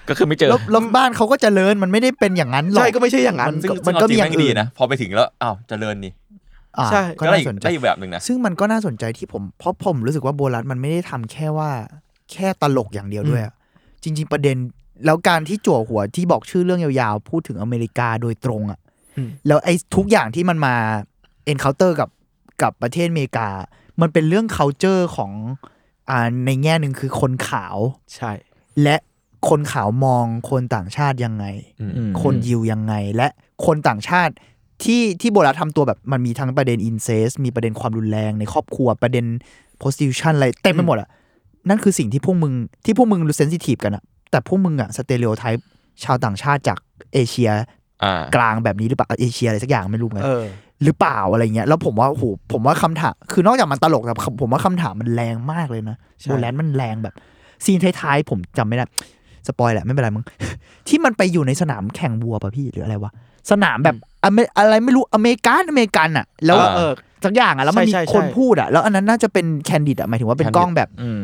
ก็คือไม่เจอ แล้วแล้วบ้านเขาก็เจริญมันไม่ได้เป็นอย่างนั้นหรอก ใช่ก็ไม่ใช่อย่างนั้น มัน ซึ่ง มั ซึ่ น ง ก็ เอาจริ มี งแม่อย่าง งดี อื่น นะ พอไปถึงแล้ว อ้าวเจริญนี่ อ่า ใช่ ก็ ก็ได้ น่า อีก สนใจ ได้อีกแบบหนึ่งนะ ซึ่งมันก็น่าสนใจที่ผมเพราะผมรู้สึกว่าโบรัสมันไม่ได้ทำแค่ว่า แค่ตลกอย่างเดียวด้วยอะจริง ๆ ประเด็นแล้วการที่จั่วหัวที่บอกชื่อเรื่องยาวๆ พูดถึงอเมริกาโดยตรงอะ่ะ อืม แล้วไอ้ทุกอย่างที่มันมาเอนเคาน์เตอร์กับกับประเทศอเมริกา มันเป็นเรื่อง c u เจอร์ของอ่าในแง่หนึ่งคือคนขาว ใช่ และคนขาวมองคนต่างชาติยังไง อืม คนยิวยังไงและคนต่างชาติที่ที่โบราณทำตัวแบบมันมีทั้งประเด็นอินเซสมีประเด็นความรุนแรงในครอบครัวประเด็น prostitution อะไรเต็มไปหมดอ่ะ นั่นคือสิ่งที่พวกมึงที่พวกมึงรู้เซนซิทีฟกันอ่ะ แต่พวกมึงอ่ะสเต r ร o โอไทป์ชาวต่างชาติจากเอเชีย อ่าก ลางแบบนี้หรือเปล่าเอเชียอะไรสักอย่างไม่รู้ไง เออ หรือเปล่าอะไรเงี้ยแล้วผมว่าโอ้โหผมว่าคำถามคือนอกจากมันตลกแต่ผมว่าคำถามมันแรงมากเลยนะ ใช่ โบราณมันแรงแบบซีนท้ายๆผมจำไม่ได้ สปอยแหละ ไม่เป็นไรมึง ที่มันไปอยู่ในสนามแข่งวัวป่ะพี่หรืออะไรวะ สนามแบบอเมอะไรไม่รู้อเมริกันอเมริกันอะแล้ว า เออ สักอย่างอะแล้วมันมี ใช่ใช่ คน ใช่ พูดอะแล้วอันนั้นน่าจะเป็นแคนดิดอะหมายถึงว่าเป็น Candid กล้องแบบ อืม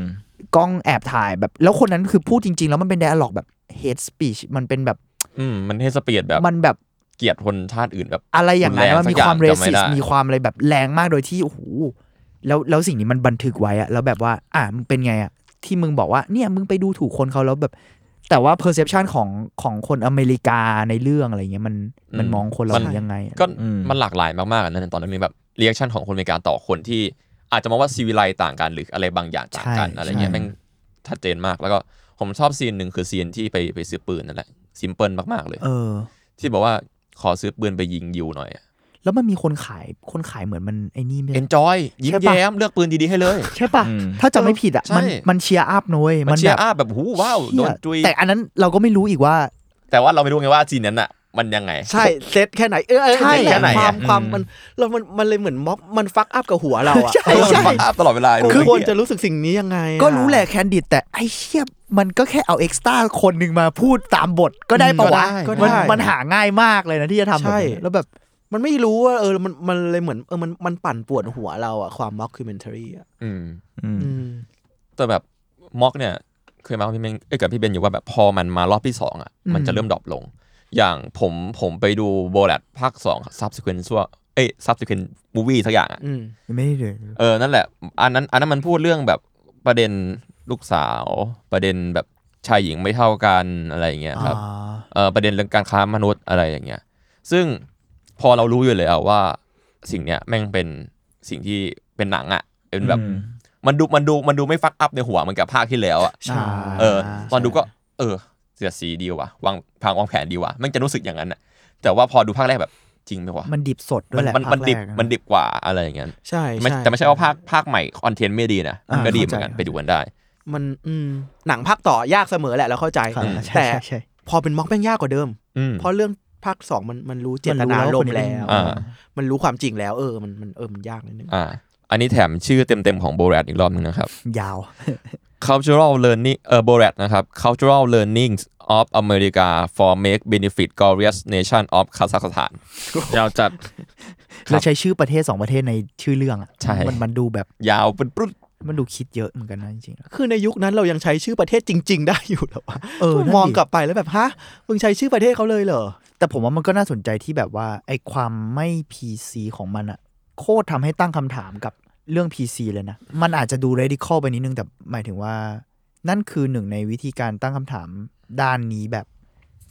กล้องแอบถ่ายแบบ แล้วคนนั้นคือพูดจริง ๆ แล้วมันเป็นไดอะล็อกแบบเฮดสปีชมันเป็นแบบ อืมมันให้สเปียดแบบ มันแบบ เกลียดคนชาติอื่นแบบ อะไรอย่างนั้น รุนแรง มันมี สักอย่าง ความเร จำไม่ สิส ได้ มีความอะไรแบบแรงมากโดยที่โอ้โหแล้วแล้วสิ่งนี้มันบันทึกไว้อะแล้วแบบว่า อ่ะมึงเป็นไงอะที่มึงบอกว่าเนี่ยมึงไปดูถูกคนเขาแล้วแบบ แต่ว่าเพอร์เซพชันของของคนอเมริกาในเรื่องอะไรเงี้ยมันมันมองคนเรายังไงอะ ก็ อืม มันหลากหลายมากๆอะนะในตอนนั้นมีแบบเรีแอคชั่นของคนอเมริกันต่อคนที่ อาจจะมองว่าซีวิไลต่างกันหรืออะไรบางอย่างต่างกัน ใช่ อะไรเงี้ย ใช่ แม่งชัดเจนมากแล้วก็ผมชอบซีนหนึ่งคือซีนที่ไปไปซื้อปืนนั่นแหละซิมเพิลมากๆเลย เออ ที่บอกว่าขอซื้อปืนไปยิงยิวหน่อย แล้วมันมีคนขายคนขายเหมือนมันไอ้นี่ไม่ เอ ได้ นจอยยิ้ม ใช่ปะ แย้มเลือกปืนดีๆให้เลย ใช่ปะ อืม ถ้าจำไม่ผิดอ่ะ ใช่ มันมันเชียร์อัพนุ้ย มันเชีย แบบ ร์อาแบบหูว้าวโดนจุย แต่อันนั้นเราก็ไม่รู้อีกว่า แต่ว่าเราไม่รู้ไงว่าซีนนั้นอ่ะ มันยังไง ใช่เซตแค่ไหนเออเออ ใช่ แค่ไหนความ อืม ความมันเรามันมันเลยเหมือนม็อกมันฟักอัพกับหัวเราอะ ใช่ใช่ มันอัพตลอดเวลา กู เลย ควรจะรู้สึกสิ่งนี้ยังไงอ ก็รู้แหละแคนดิดแต่ไอ้เชียบมันก็แค่เอาเอ็กซ์ต้าคนหนึ่งมาพูดตามบทก็ได้ปะวะ ก็ มัน ได้ มันหาง่ายมากเลยนะที่จะทำแบบ ใช่ นี้แล้วแบบ มันไม่รู้ว่าเออมันมันเลยเหมือนเออมันมันปั่นปวดหัวเราอะความม็อกคิวเมนทรีอะ อืม อืม อืม แต่แบบม็อกเนี่ยเคยมากับพี่เบนเอ้ยกับพี่เบนอยู่ว่าแบบพอมันมารอบที่สองอ่ะ อืม มันจะเริ่มดรอปลง อย่างผมผมไปดูโบลัดภาคสองซับ e ิเควนซ์ว่าเอ้ยซับ e ิเควนซ์มูวี่สักอย่างอ่ะ อืม ยังไม่ได้เลย เออนั่นแหละ อันนั้นอันนั้นมันพูดเรื่องแบบประเด็นลูกสาว ประเด็นแบบชายหญิงไม่เท่ากันอะไรอย่างเงี้ยครับ เอ่อประเด็นเรื่องการค้ามนุษย์อะไรอย่างเงี้ย ซึ่งพอเรารู้อยู่แล้วว่าสิ่งเนี้ยแม่งเป็นสิ่งที่เป็นหนังอะ่ะ เป็นแบบ อืม มันดูมันดูมันดูไม่ฟักอัพในหัวเหมือนกับภาคที่แล้วอะ่ะ ใช่ เออตอนดูก็ ใช่ เออ เสียดสีดีว่ะวางพางวางแผนดีว่ะแม่งจะรู้สึกอย่างนั้นอ่ะ แต่ว่าพอดูภาคแรกแบบจริงไหมวะ มันดิบสดด้ว มั ย น แหละ มัน ภาค มันดิบ แรกะ มันดิบกว่าอะไรอย่างเงี้ย ใช่ ไม่ ใช่ แต่ไม่ใช่ว่าภาคภาคใหม่คอนเทนต์ไม่ดีนะ อ่า ก็ดีเหมือนกัน เข้าใจ ไปดูกันได้ มันอืมหนังภาคต่อยากเสมอแหละเราเข้าใจ อ่าใช่ แต่ ใช่ใช่ พอเป็นม็อกแม่งยากกว่าเดิม อืม เพราะเรื่องภาคสองมันมันรู้เจตนาลมณ์แล้ว อ่า มันรู้ความจริงแล้วเออมันมันเออมันยากนิดนึง อ่า อันนี้แถมชื่อเต็มๆของโบแรดอีกรอบหนึงนะครับ ยาว cultural learning เอ่อ BORAT นะครับ cultural learnings of America for make benefit glorious nation of Kazakhstan ยาวจัด แล้วใช้ชื่อประเทศสองประเทศในชื่อเรื่องอ่ะ ใช่ มันมันดูแบบ ยาวเป็นปรุด มันดูคิดเยอะเหมือนกันนะจริงๆอะ คือในยุคนั้นเรายังใช้ชื่อประเทศจริง ๆ ได้อยู่เหรอวะ เออนั่นดิ มองกลับไปแล้วแบบฮะมึงใช้ชื่อประเทศเขาเลยเหรอ แต่ผมว่ามันก็น่าสนใจที่แบบว่าไอ้ความไม่ PC ของมันอะโคตรทำให้ตั้งคำถามกับเรื่อง PC เลยนะ มันอาจจะดู radical ไปนิดนึง แต่หมายถึงว่า นั่นคือหนึ่งในวิธีการตั้งคำถามด้านนี้แบบ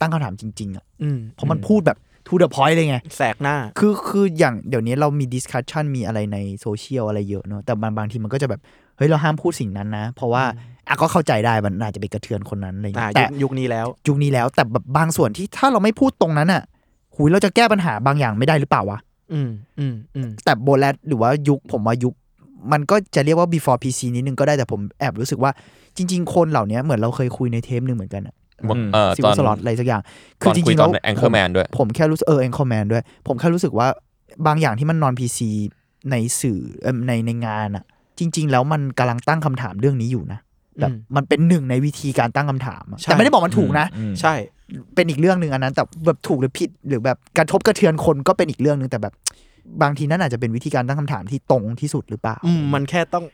ตั้งคำถามจริง ๆอะ อืม เพราะมันพูดแบบ to the point เลยไง แสกหน้า คือคืออย่างเดี๋ยวนี้เรามี discussion มีอะไรในโซเชียลอะไรเยอะเนอะแต่บางบางทีมันก็จะแบบ เฮ้ย เราห้ามพูดสิ่งนั้นนะ เพราะว่าอ่ะก็เข้าใจได้มันอาจจะไปกระเทือนคนนั้นอะไรอย่าง อ่า เงี้ยุยแต่ คยุคนี้แล้ว ยุคนี้แล้วแต่แบบบางส่วนที่ถ้าเราไม่พูดตรงนั้นอ่ะหุยเราจะแก้ปัญหาบางอย่างไม่ได้หรือเปล่าวะ อืมอืมอืม แต่โบแลตหรือว่ายุคผมว่ายุค มันก็จะเรียกว่า before PC นิดนึงก็ได้แต่ผมแอบรู้สึกว่าจริง ๆ คนเหล่านี้เหมือนเราเคยคุยในเทปหนึ่งเหมือนกันอะ อืม เอ่อ ซิ ต ว อน สล็อตอะไรสักอย่าง ตอนคุยตอนใน ผม Anchorman ด้วย ผมแค่รู้สึกเออแองคอแมนด้วย ผมแค่รู้สึกว่าบางอย่างที่มันนอนพีซีในสื่อเอิ่มในในงานอะจริง ๆ แล้วมันกำลังตั้งคำถามเรื่องนี้อยู่นะแบบ อืม มันเป็นหนึ่งในวิธีการตั้งคำถามอะ ใช่ แต่ไม่ได้บอกมันถูกนะ อืม ใช่ เป็นอีกเรื่องหนึ่งอันนั้นแต่แบบถูกหรือผิดหรือแบบกระทบกระเทือนคนก็เป็นอีกเรื่องหนึ่งแต่แบบ บางทีนั่นอาจจะเป็นวิธีการตั้งคำถามที่ตรงที่สุดหรือเปล่า อืมมันแค่ต้อง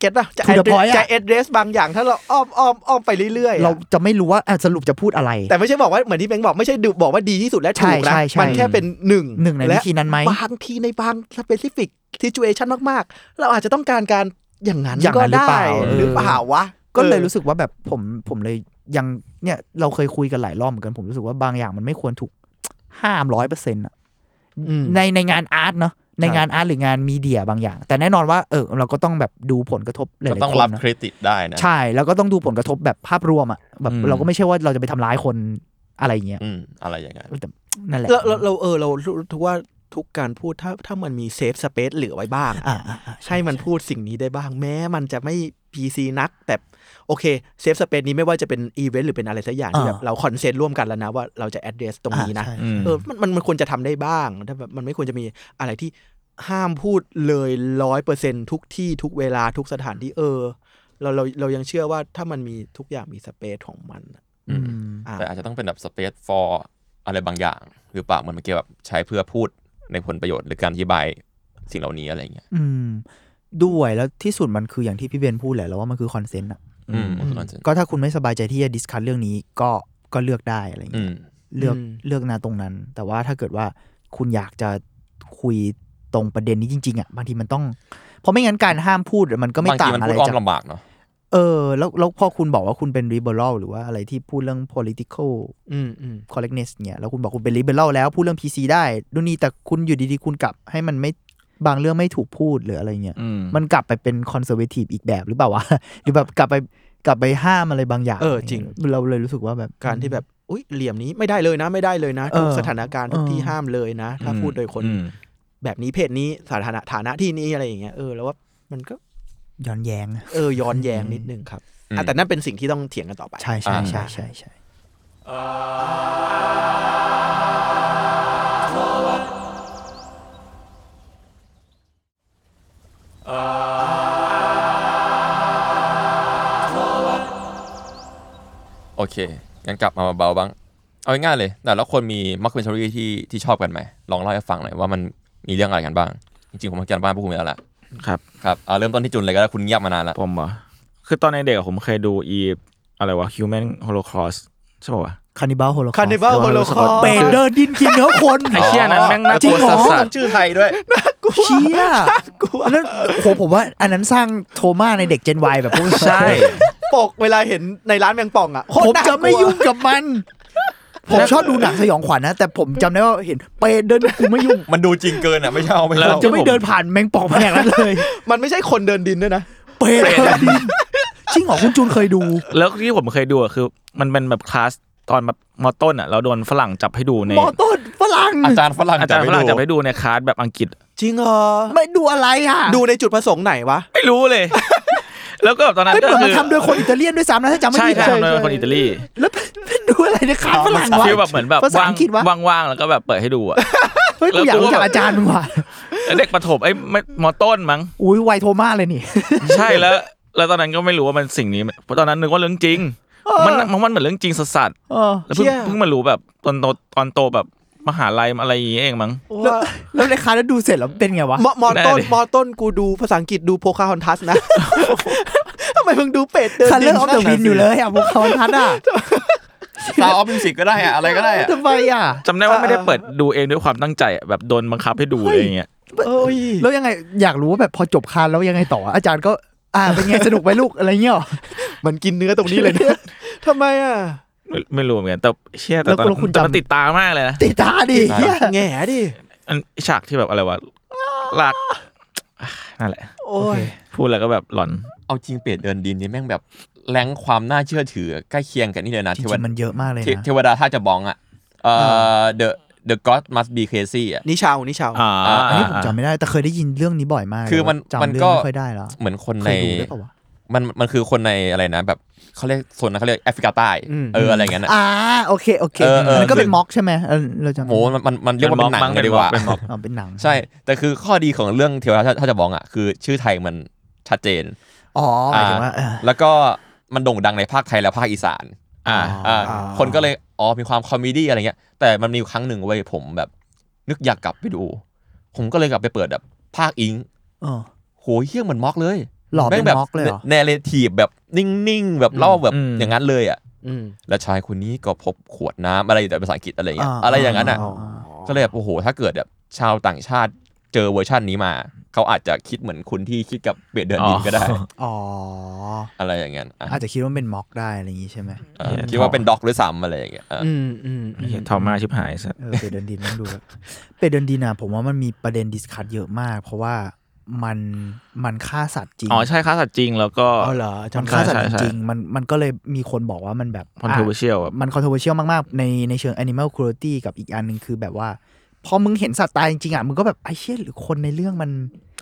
เก็ตป่ะจะ To the address- point อะ จะเอเดรสบางอย่างถ้าเราอ้อมอ้อมอ้อมไปเรื่อยๆอะ เราจะไม่รู้ว่าอ่ะสรุปจะพูดอะไร แต่ไม่ใช่บอกว่าเหมือนที่แบงค์บอกไม่ใช่ดูบอกว่าดีที่สุดและ ใช่ ถูกนะ ใช่ใช่ มันแค่เป็นหนึ่ง หนึ่งในวิ และ ธีนั้นไหม บางทีในบางสเปซิฟิกซิจูเอชันมากๆ เราอาจจะต้องการการอย่างนั้น อย่าง ก็ นั้นหรือ ได้ เปล่าเออ หรือเปล่าวะ ก็เลย ออ รู้สึกว่าแบบผมผมเลยยังเนี่ยเราเคยคุยกันหลายรอบเหมือนกันผมรู้สึกว่าบางอย่างมันไม่ควรถูก ห้ามร้อยเปอร์เซ็นต์อะ อืม ในในงานอาร์ตเนาะในงานอาร์ตหรืองานมีเดียบางอย่าง แต่แน่นอนว่าเออเราก็ต้องแบบดูผลกระทบหลาย ก็ ๆคน ต้องรับ นะ เครดิตได้นะ ใช่ แล้วก็ต้องดูผลกระทบแบบภาพรวมอะแบบ อืม เราก็ไม่ใช่ว่าเราจะไปทำร้ายคนอะไรอย่างเงี้ย อืมอะไรอย่างเงี้ย แต่นั่นแหละ เราเราเราเออเรารู้ทุกว่าทุกการพูดถ้าถ้ามันมีเซฟสเปซเหลือไว้บ้าง อ่าอ่าอ่า ให้มันพูดสิ่งนี้ได้บ้าง แม้มันจะไม่ PC นัก แต่โอเคเซฟสเปซนี้ไม่ว่าจะเป็นอีเวนต์หรือเป็นอะไรสักอย่างที่แบบเราคอนเซนต์ร่วมกันแล้วนะว่าเราจะ address ตรงนี้นะ อ่าใช่ อืม เออมันมันมันควรจะทำได้บ้างถ้าแบบมันไม่ควรจะมีอะไรที่ห้ามพูดเลยร้อยเปอร์เซ็นทุกที่ทุกเวลาทุกสถานที่เออ เราเราเรายังเชื่อว่าถ้ามันมีทุกอย่างมีสเปซของมันอะ อืม อืม อ่ะ แต่อาจจะต้องเป็นแบบ space for อะไรบางอย่าง หรือเปล่าเหมันเมื่อกี้แบบใช้เพื่อพูดในผลประโยชน์หรือการอธิบายสิ่งเหล่านี้อะไรอย่างเงี้ย อืมด้วยแล้วที่สุดมันคืออย่างที่พี่เบนพูดแหละแล้วว่ามันคือคอนเซนต์อะ อืมผมว่ามันจะ ก็ถ้าคุณไม่สบายใจที่จะดิสคัทเรื่องนี้ก็ก็เลือกได้อะไรอย่าง อื เงี้ย ม เลือกเลือกนาตรงนั้น แต่ว่าถ้าเกิดว่าคุณอยากจะคุยตรงประเด็นนี้จริงๆอะบางทีมันต้อง เพราะไม่งั้นการห้ามพูดมันก็ไม่ บาง ต่า ที ง มัน อะ พู ไร ดอ้อ จาม ก ลำบากเนาะ เออแล้วแล้วพอคุณบอกว่าคุณเป็น liberal หรือว่าอะไรที่พูดเรื่อง political อืมอืม correctness เนี่ยแล้วคุณบอกคุณเป็น liberal แล้วพูดเรื่อง PC ได้ดูนนี่แต่คุณอยู่ดีๆ คุณกลับให้มันไม่บางเรื่องไม่ถูกพูดหรืออะไรเงี้ย อืม มันกลับไปเป็น conservative อีกแบบหรือเปล่าวะ หรือแบบกลับไปกลับไปห้ามอะไรบางอย่าง เออจริง เราเลยรู้สึกว่าแบบ การที่แบบ อุ้ยเหลี่ยมนี้ไม่ได้เลยนะ ไม่ได้เลยนะ ทุก เออ สถานการณ์ทุกที่ เออ ห้ามเลยนะ ถ้าพูดโดยคน อืม แบบนี้เพศนี้สถานะฐานะที่นี้อะไรอย่างเงี้ยเออแล้วว่ามันก็ ย้อนแย้งอะ เออย้อนแย้งนิดนึงครับอ่ะแต่นั่นเป็นสิ่งที่ต้องเถียงกันต่อไป ใช่ใช่ใช่ใช่ใช่ เค งั้นกลับมาเบาๆบ้าง เอาง่ายๆเลย แต่ละคนมีมักเป็นชอรี่ที่ที่ชอบกันไหม ลองเล่าให้ฟังหน่อยว่ามันมีเรื่องอะไรกันบ้าง จริงๆ ผมมาเกันบ้านพวกคุณไปแล้วแหละ ครับ ครับเอาเริ่มต้นที่จุนเลยก็ได้คุณเงียบมานานแล้ว ผมเหรอคือตอนในเด็กอะผมเคยดูอีอะไรวะ Human Holocaust ใช่ป่าวะ คานิบาลโฮโล Cannibal Holocaust เปรตเดินดินกินเนื้อคน ไอ้เชี่ยนั้นแม่งน่า จริง กลัว เหรอ สัส ชื่อไทยด้วย เชี่ยอันนั้นโหผมว่า อันนั้นสร้างโทมาในเด็กเจนวแบบพวก ใช่ ปกเวลาเห็นในร้านแมงป่องอ่ะโค ผ ตร ม น่ากลั จะ ว ไม่ยุ่งกับมัน ผมชอบดูหนังสยองขวัญนะ แต่ผมจำได้ว่าเห็นเปรตเดินกูไม่ยุ่ง มันดูจริงเกินอ่ะ ไม่ใช่เอาไม่ แล้ ใช่ ว จะไม่เดินผ่านแมงป่องแผนกนั้นเลย มันไม่ใช่คนเดินดินด้วยนะ เปรตเดินดินจริงเหรอคุณจูนเคยดู แล้วที่ผมเคยดูอะคือ มันเป็นแบบคลาสตอนแบบมต้นอ่ะเราโดนฝรั่งจับให้ดูใน หมอต้นฝรั่ง อาจารย์ฝรั่ง อาจา จะ รย์ฝ ไม่ รั่ง ดู จับให้ดูในคลาสแบบอังกฤษ จริงเหรอ ไม่ดูอะไรอ่ะ ดูในจุดประสงค์ไหนวะ ไม่รู้ เลย แล้วก็แบบตอนนั้น เอ้ย ก็ เหมือน คื มัน อ ทำโดยคนอิตาเลียนด้วยซ้ำนะถ้าจำไม่ ใช่ ผิด ใช่ อะ ทำโดยคนอิตาลี แล้วเป็นดูอะไร ในคลาสฝรั่งวะ ฟีลแบบเหมือนแบบ ภาษาอังกฤษวะ ว่างว่างๆแล้วก็แบบเปิดให้ดู อ่ะ เฮ้ยกูอยากรู้จักอาจารย์มึงว่ะ แล้วเด็กประถมไอ้ยไม่มต้น มั้ง อุ้ยไวโทมาเลยนี่ ใช่แล้ว แล้วตอนนั้นก็ไม่รู้ว่ามันสิ่งนี้เพราะตอนนั้นนึกว่าเรื่องจริง มันมันมันเหมือนเรื่องจริงสัส เออ ๆแล้วเพิ่ง เชี่ย เพิ่งมารู้แบบตอนโตตอนโตแบบมหาลัยอะไรอย่างเงี้ยเองมั้ง แล้วแล้วในคลาสแล้วดูเสร็จแล้วเป็นไงวะ มมอ ได้ ต้น ดิ มอต้นกูดูภาษาอังกฤษดูโพคาฮอนทัสนะ ทำไมมึงดูเป็ดเดิน คันเล ดิ อร์ออฟเดอะวินอยู่เลยอ่ะพวกเขาทัดอ่ะ ซาวออฟมิวสิกก็ได้อ่ะ อะไรก็ได้อ่ะ ทำไมอ่ะ จำได้ว่าไม่ได้เปิดดูเองด้วยความตั้งใจอะแบบโดนบังคับให้ดูอะไรอย่างเงี้ย โอ้ย แล้วยังไงอยากรู้ว่าแบบพอจบคลาสแล้วยังไงต่ออาจารย์ก็ อ่าเป็นไงสนุกไหมลูกอะไรเงี้ยหรอ มันกินเนื้อตรง นี้เลยเนี่ยทำไมอ่ะ ไม่ไม่รู้เหมือนกันแต่เชี่ยแต่ตอนแต่มันติดตามากเลยนะ ติดตาดิเหี้ย แง่ดิ อันฉากที่แบบอะไรวะลาก อ่ะนั่นแหละ โอ้ย พูดแล้วก็แบบหลอน เอาจริงเปรตเดินดินนี่แม่งแบบแรงความน่าเชื่อถือใกล้เคียงกันนี่เลยนะ จริ เท ง ว ๆ ดา มันเยอะมากเลย เท นะ เทวดาถ้าจะบ้องอ่ะเอ่อ the the god must be crazy อ่ะ นิชาวนิชาว อ่า อ่า อันนี้ผมจำไม่ได้แต่เคยได้ยินเรื่องนี้บ่อยมาก คือมัน แต่ว่า มัน จำเรื่ ก็ องไม่ค่อยได้แล้ว เหมือนคน เค ใน ยดูได้ปะวะ มันมันคือคนในอะไรนะ แบบเขาเรียกโซนนั้นเขาเรียกแอฟริกาใต้ อืม เอออะไรอย่างเงี้ยนะ อ่าโอเคโอเค เออเออ มันก็เป็น คือ ม็อกใช่ไหมเออเราจำ โหมันมันมันเรียกว่าเป็นหนังเลยดีกว่า เป็นม็อก อ๋อเป็นหนัง ใช่ แต่คือข้อดีของเรื่องเทวดาถ้าจะบ้องอ่ะคือชื่อไทยมันชัดเจน อ๋อหมายถึงว่าเออ แล้วก็มันโด่งดังในภาคไทยและภาคอีสาน อ่า อ๋ออ่ าคนก็เลย อ๋อ มีความคอมเมดี้อะไรเงี้ย แต่มันมีอยู่ครั้งหนึ่งเว้ยผมแบบ นึกอยากกลับไปดู ผมก็เลยกลับไปเปิดแบบภาคอิง เออ โหเฮี้ยเหมือนม็อกเลย หล่อเป็น แม่งแบบ ม็อกเลยเหรอ เนเรทีฟแบบนิ่งๆ แบบเล่าแบบอย่างนั้นเลยอ่ะ อืม และชายคนนี้ก็พบขวดน้ำอะไรแต่ภาษาอังกฤษอะไรเงี้ย อ่า อะไรอย่างนั้นอ่ะ อ่า ก็เลยแบบโอ้โห ถ้าเกิดแบบชาวต่างชาติเจอเวอร์ชันนี้มา เขาอาจจะคิดเหมือนคุณที่คิดกับเบดเดินดินก็ได้ อ๋อ อะไรอย่างเงี้ยอ่ะ อาจจะคิดว่าเป็นม็อกได้อะไรอย่างงี้ใช่ไหม เออคิดว่าเป็นด็อกหรือซ้ำอะไรอย่างเงี้ยเอออ อืมอืมอืม เหี้ยทอมมาชิบหายซะ เออเป็ดเดินดินต้องดูแล้วเป็ดเดินดินอ่ะผมว่ามันมีประเด็นดิสคัตเยอะมาก เพราะว่ามันมันฆ่าสัตว์จริง อ๋อใช่ค่าสัตว์จริงแล้วก็ เอาเหรอจำ มัน ได้ ฆ่าสัตว์ ใช่ จ ใช่ ริงๆมันมันก็เลยมีคนบอกว่ามันแบบ คอนเทอร์เวอร์เชียลแบบ มัน controversial มาก ๆ ในในเชิง animal cruelty กับอีกอันหนึ่งคือแบบว่า พอมึงเห็นสัตว์ตายจริงๆอ่ะมึงก็แบบไอ้เชี่ยหรือคนในเรื่องมัน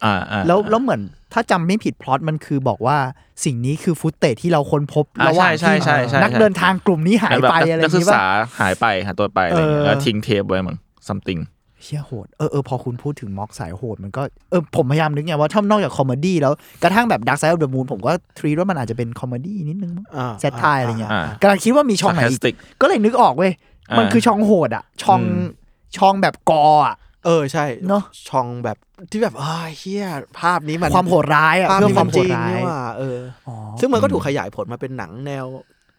อ่าอ่า แล้วแล้วเหมือนถ้าจำไม่ผิดพล็อตมันคือบอกว่าสิ่งนี้คือฟุตเตจที่เราค้นพบ อ่า ระหว่า ใช่ ง ใช่ ที่ ใช่ใช่ นักเดินทางกลุ่มนี้หายไปอะไรอ นั ย่าก ง ศึก นี้ป่ะ ษาหายไปหายตัวไปอะไรอย่างเงี้ย เออ แล้วทิ้งเทปไว้มั้ง something เชี่ยโหดเออเออพอคุณพูดถึงม็อกสายโหดมันก็เออผมพยายามนึกไงว่าถ้านอกจากคอมเมดี้แล้วกระทั่งแบบดักไซด์ออฟเดอะมูนผมก็ทรีว่ามันอาจจะเป็นคอมเมดี้นิดนึงมั้ง อ่า แซทไทายอะไรเงี้ย อ่าก ำลังคิดว่ามีช่องไหนอีก Sarcastic ก็เลยนึกออกเว้ยมัน อ่า คือช่องโหดอ่ะช่องช่องแบบกออ่ะ เออใช่ เนอะ ช่องแบบที่แบบอ้าวเฮียภาพนี้มัน ความโหดร้ายอ่ะ ภาพ เรื่อง นี้ ค มั วาม น โห จ ด ริง ร้าย นี่หว่าเออ อ๋อ ซึ่งมันก็ถูกขยายผลมาเป็นหนังแนว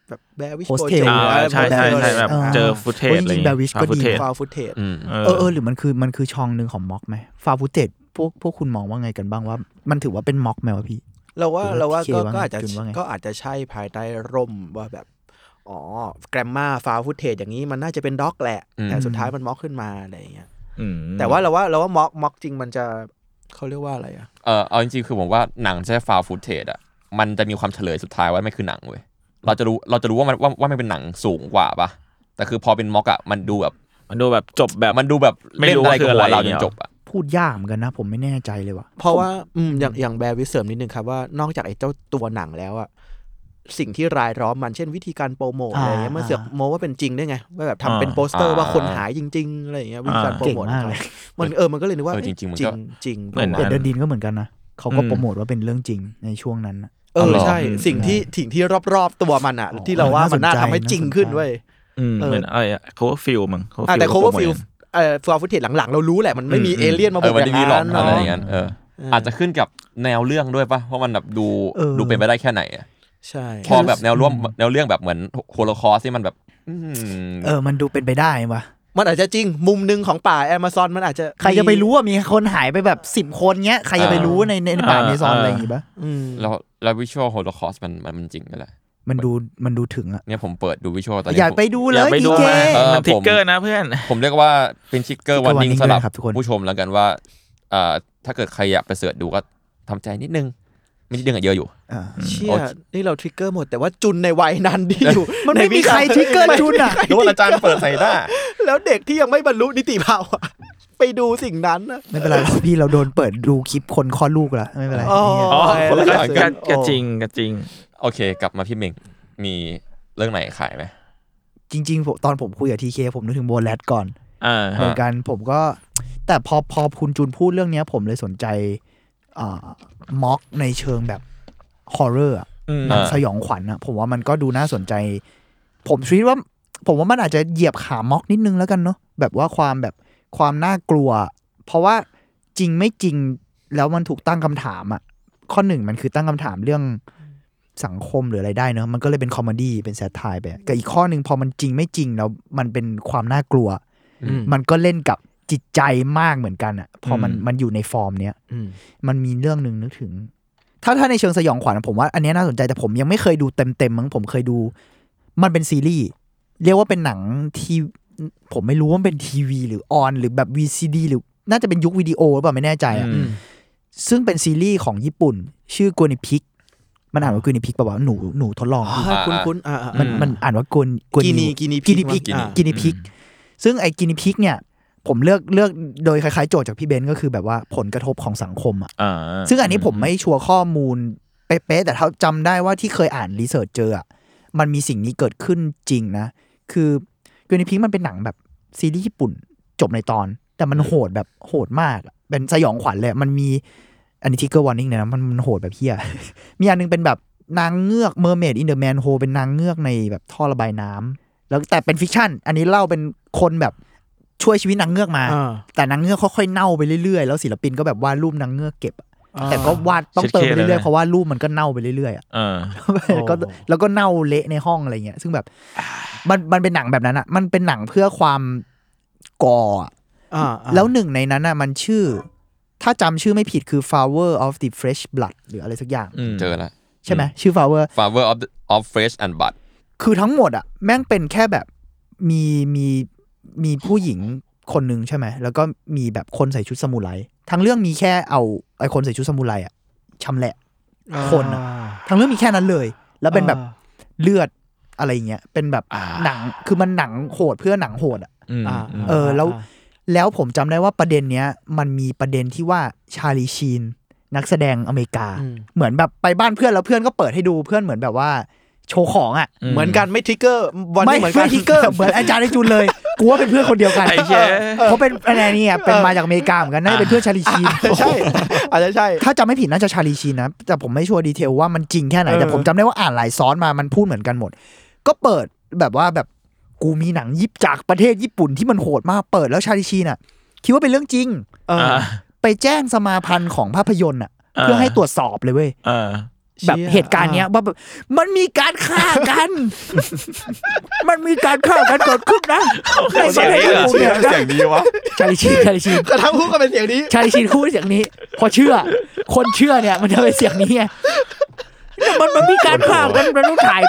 แบบแบวิช Hostel อ่า เออ ใช่ใช่ใช่แบบ เออ เจอฟุตเทจ เออจริอะไรองๆย่าง แบ เงี้ บ ย Wish ก็ดี footage ฟาวฟุตเทจ อืม เออเออหรือมันคือมันคือช่องหนึ่งของม็อกไหมฟาวูเตดพวกพวกคุณมองว่าไงกันบ้างว่า มันถือว่าเป็นม็อกไหมวะพี่ เราว่าเราว่า โอเค ก็ ว่า ก็อาจจะ จุนว่าไง ก็อาจจะใช่ภายใต้ร่มว่าแบบ อ๋อ แกรมมาฟาวฟุตเทจอย่างนี้มันน่าจะเป็นด็อกแหละ อืม แต่สุดท้ายมันม็อกขึ้นมาอะไรอย่างเงี้ย อืม แต่ว่าเราว่าเราว่าม็อกม็อกจริงมันจะเขาเรียกว่าอะไรอ่ะ เออเอาจริงๆคือผมว่าหนังใช้ฟาวฟูเทจอ่ะมันจะมีความเฉลยสุดท้ายว่าไม่คือหนังเว้ยเราจะรู้เราจะรู้ว่ามันว่าว่ามันเป็นหนังสูงกว่าปะแต่คือพอเป็นม็อกอ่ะมันดูแบบ มันดูแบบจบแบบ มันดูแบบ ไม่ เล่น รู้ อะไร ว่าคื กับ ออะ หั ไร วเราจ เนี่ น ย จบอ่ะ พูดยากเหมือนกันนะ ผมไม่แน่ใจเลยว่ะ เพราะว่าอืมอย่างอย่างแบร์วิสเสริมนิดนึงครับว่า นอกจากไอ้เจ้าตัวหนังแล้วอะสิ่งที่รายล้อมมันเช่นวิธีการโปรโมทอะไรเงี้ยมันเสือกโมว่าเป็นจริงได้วยไง ว่าแบบทำเป็นโปสเตอร์ว่าคนหายจริงๆอะไรอย่างเงี้ยวิธีการโปร เก่ง โมท มากเลย มันเออมันก็เลยนึกว่า เออจ เอ๊ะ ริง ๆ มัน จริ ก็ งจริง เหมือน เดนเดอร์ดินก็เหมือนกันนะเขาก็โปรโมทว่าเป็นเรื่องจริงในช่วงนั้นน่ะ เออ เอาหรอ ใช่ สิ่งที่สิ่งที่รอบๆตัวมันอ่ะ ที่เราว่ามันน่า น่าสนใจ ทำให้จริง น่าสนใจ ขึ้นเว้ย อืม เออ เหมือนอะไรอะ cover feel มั้ง cover อ่ะ feel แต่ cover โปรโมท field เอ่อฟอร์ฟุตเทจหลังๆ เรารู้แหละมันไม่มี อืม เอเลี่ยนมา เอ บุ อก มัน อย่า จะ ง มีหลอก นั้น อะไร เนาะ อย่างนั้นเอออาจจะขึ้นกับแนวเรื่องด้วยป่ะเพราะมันแบบดู เออ ดูเป็นไปได้แค่ไหนอะ ใช่ พอแบบแนวร่วมแนวเรื่องแบบเหมือนโฮโลคอสที่มันแบบอืม เออ มันดูเป็นไปได้วะ มันอาจจะจริงมุมหนึ่งของป่าแอมะซอนมันอาจจะ ใครจะไปรู้ว่ามีคนหายไปแบบสิบคนเงี้ย ใครจะไปรู้ในในในป่า อ่า ในซอน อ่า อะไรอย่างงี้ปะ อืม แล้วแล้ววิชวลโฮโลคอสมันมันมันจริงกันแหละ มันดูมันดูถึงอะ เนี่ยผมเปิดดูวิชวลตอนนี้ อยาก ผม ไปดู อ เล ย่าย ไป ดี ดู เจ มา เออ มัน ผม ทิกเกอร์นะเพื่อน ผมเรียกว่าเป็นชิกเกอร์ trigger วันนิ่ง warning สำหรับ ด้วยครับทุกคน ผู้ชมแล้วกันว่าเอ่อถ้าเกิดใครอยากไปเสิร์ชดูก็ทำใจนิดนึง ไม่นิดนึงอะเยอะอยู่ อ่า เชี่ย โอเค นี่เราทริกเกอร์หมดแต่ว่าจุนในวัยนั้นที่อยู่ มันไม่ ใวิ มี ชา ใครทริกเกอร์จุนอะ หรือว่าอาจารย์เปิดใส่ได้า แล้วเด็กที่ยังไม่บรรลุนิติภาวะ ไปดูสิ่งนั้นนะ ไม่เป็นไรหรอกพี่เราโดนเปิดดูคลิปคนคลอดลูกละไม่เป็นไร อ๋อ เนี่ย อ๋อ โอ้ย ก็ก็กระจริงกระจริง โอเค กลับมาพี่เมงมีเรื่องไหนขายไหม จริงๆผมตอนผมคุยกับทีเคผมนึกถึงโบแลตก่อน อ่า เหมือนกันผมก็ แต่พอพอคุณจูนพูดเรื่องเนี้ย ผมเลยสนใจม็อกในเชิงแบบฮอร์เรอร์ อืม หนัง อ่า สยองขวัญอะผมว่ามันก็ดูน่าสนใจ ผมคิดว่า ผมว่ามันอาจจะเหยียบขาม็อกนิดนึงแล้วกันเนาะแบบว่าความแบบความน่ากลัว เพราะว่าจริงไม่จริงแล้วมันถูกตั้งคำถามอะข้อหนึ่งมันคือตั้งคำถามเรื่องสังคมหรืออะไรได้เนอะมันก็เลยเป็นคอมเมดี้เป็นแซทไทยไปอะกับอีกข้อหนึ่งพอมันจริงไม่จริงแล้วมันเป็นความน่ากลัว อืม มันก็เล่นกับจิตใจมากเหมือนกันอะพอมัน อืม มันอยู่ในฟอร์มเนี้ยมันมีเรื่องหนึ่งนึกถึง ถ้าถ้าในเชิงสยองขวัญอะผมว่าอันเนี้ยน่าสนใจแต่ผมยังไม่เคยดูเต็มเต็มๆมั้งผมเคยดู มันเป็นซีรีส์เรียกว่าเป็นหนังทีผมไม่รู้ว่ามันเป็นทีวี หรือออนหรือแบบ VCD หรือน่าจะเป็นยุควิดีโอหรือเปล่าไม่แน่ใจอะ อืม ซึ่งเป็นซีรีส์ของญี่ปุ่น ชื่อโกนิพิกมันอ่านว่าโกนิพิกป่าวะหนูหนูทดลอง อ่าคุ้นคุ้นๆอ่าๆ มันมันอ่านว่ากวนว กินี ว กินีพิก กินีพิก อ่า กินีพิก ซึ่งไอ้กินีพิกเนี่ย ผมเลือกเลือกโดยคล้ายๆโจทย์จากพี่เบนซ์ก็คือแบบว่าผลกระทบของสังคมอ่ะ อ่า ซึ่งอันนี้ผมไม่ชัวร์ข้อมูลเป๊ะๆแต่เท่าจำได้ว่าที่เคยอ่านรีเสิร์ชเจออะมันมีสิ่งนี้เกิดขึ้นจริงนะ คือเกนิพิงมันเป็นหนังแบบซีรีส์ญี่ปุ่นจบในตอน แต่มันโหดแบบโหดมากอะเป็นสยองขวัญเลยมันมีอันนี้ทิกเกอร์วอร์นิ่งเลยนะมันมันโหดแบบเฮีย มีอันนึงเป็นแบบนางเงือกเมอร์เมดอินเดอ a แมนโฮเป็นนางเงือกในแบบท่อระบายน้ำแล้วแต่เป็นฟิกชันอันนี้เล่าเป็นคนแบบช่วยชีวิตนางเงือกมา อ่า แต่นางเงือกค่อยๆเน่าไปเรื่อยๆ แล้วศิลปินก็แบบวาดรูปนางเงือกเก็บอะแต่ก็วาดต้องเติมไปเรื่อยๆ เพราะว่ารูปมันก็เน่าไปเรื่อยๆอะ เออ ก็แล้วก็เน่าเละในห้องอะไรเงี้ย ซึ่งแบบมันมันเป็นหนังแบบนั้นอะมันเป็นหนังเพื่อความก่ออะ อ่าๆ แล้วหนึ่งในนั้นอะมันชื่อ ถ้าจำชื่อไม่ผิดคือ flower of the fresh blood หรืออะไรสักอย่าง อืม เจอแล้ว ใช่ไหมชื่อ flower Flower of the- of Fresh and Bud คือทั้งหมดอะแม่งเป็นแค่แบบมีมีมีผู้หญิงคนหนึ่งใช่ไหม แล้วก็มีแบบคนใส่ชุดสมุไรทั้งเรื่องมีแค่เอาไอคนใส่ชุดสมุไรอะชำแหละ คนอะ ทั้งเรื่องมีแค่นั้นเลย แล้วเป็นแบบเลือดอะไรเงี้ยเป็นแบบหนังคือมันหนังโหดเพื่อหนังโหดอะ อืม อ่า อืม เออแล้ว า แล้วผมจำได้ว่าประเด็นเนี้ย มันมีประเด็นที่ว่าชาลีชีน นักแสดงอเมริกา อืม เหมือนแบบไปบ้านเพื่อนแล้วเพื่อนก็เปิดให้ดูเพื่อนเหมือนแบบว่า โชว์ของอ่ะ เหมือนกันไม่ทริกเกอร์วัน ไม่ นี้เหมือนกั ไม่ น ทิกเกอร์เหมือนอาจารย์ในจูนเลย กูว่าเป็นเพื่อนคนเดียวกัน ไอ้เหี้ย เพราะเป็นอะไรเนี่ยเป็นมาจากอเมริกาเหมือนกันน่าจะเป็นเพื่อนชาลีชีน ใช่ อาจจะใช่ ถ้าจำไม่ผิดน่าจะชาลีชีนนะ แต่ผมไม่ชัวร์ดีเทลว่ามันจริงแค่ไหน เออ แต่ผมจำได้ว่าอ่านหลายซ้อนมามันพูดเหมือนกันหมด ก็เปิดแบบว่าแบบกูมีหนังยิปจากประเทศญี่ปุ่นที่มันโหดมากเปิดแล้วชาลีชีนอ่ะ คิดว่าเป็นเรื่องจริง เออ อ่า ไปแจ้งสมาพันธ์ของภาพยนตร์อ่ะ เออ เพื่อให้ตรวจสอบเลยเว้ย อ่า แบบ เชี่ย เหตุการณ์เนี้ยว่าแบบมันมีการฆ่ากัน มันมีการฆ่ากันเกิดขึ้นนะในประเทศญี่ปุ่นเนี่ยนะ เสียงดีวะ ชาลีชีนชาลีชีน กระทั่งพูดกันเป็นเสียงนี้ ชายชินพูดเสียงนี้ พอเชื่อ คนเชื่อเนี่ย มันจะเป็นเสียงนี้ไงเนี่ยมันมันมีการข่าวกันมันต้องถ่าย